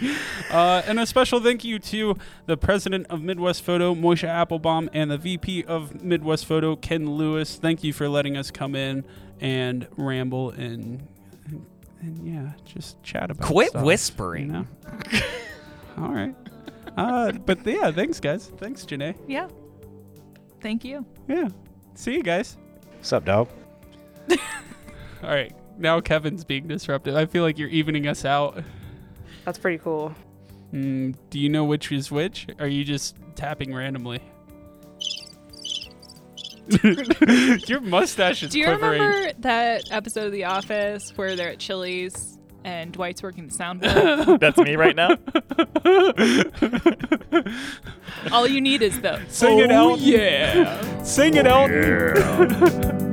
[SPEAKER 3] Uh, and a special thank you to the president of Midwest Photo, Moisha Applebaum, and the VP of Midwest Photo, Ken Lewis. Thank you for letting us come in and ramble and and, and yeah, just chat about.
[SPEAKER 6] Quit
[SPEAKER 3] stuff,
[SPEAKER 6] whispering.
[SPEAKER 3] you know? All right. Uh, but yeah, thanks guys. Thanks, Janae.
[SPEAKER 2] Yeah. Thank you.
[SPEAKER 3] Yeah. See you guys.
[SPEAKER 7] What's up, dog?
[SPEAKER 3] All right. Now Kevin's being disruptive. I feel like you're evening us out.
[SPEAKER 9] That's pretty cool.
[SPEAKER 3] Mm, do you know which is which? Or are you just tapping randomly? Your mustache is
[SPEAKER 2] Do you
[SPEAKER 3] quivering.
[SPEAKER 2] remember that episode of The Office where they're at Chili's and Dwight's working the soundboard?
[SPEAKER 10] That's me right now.
[SPEAKER 2] All you need is the
[SPEAKER 3] Oh, Sing it out. Yeah. Sing it out.
[SPEAKER 11] Yeah.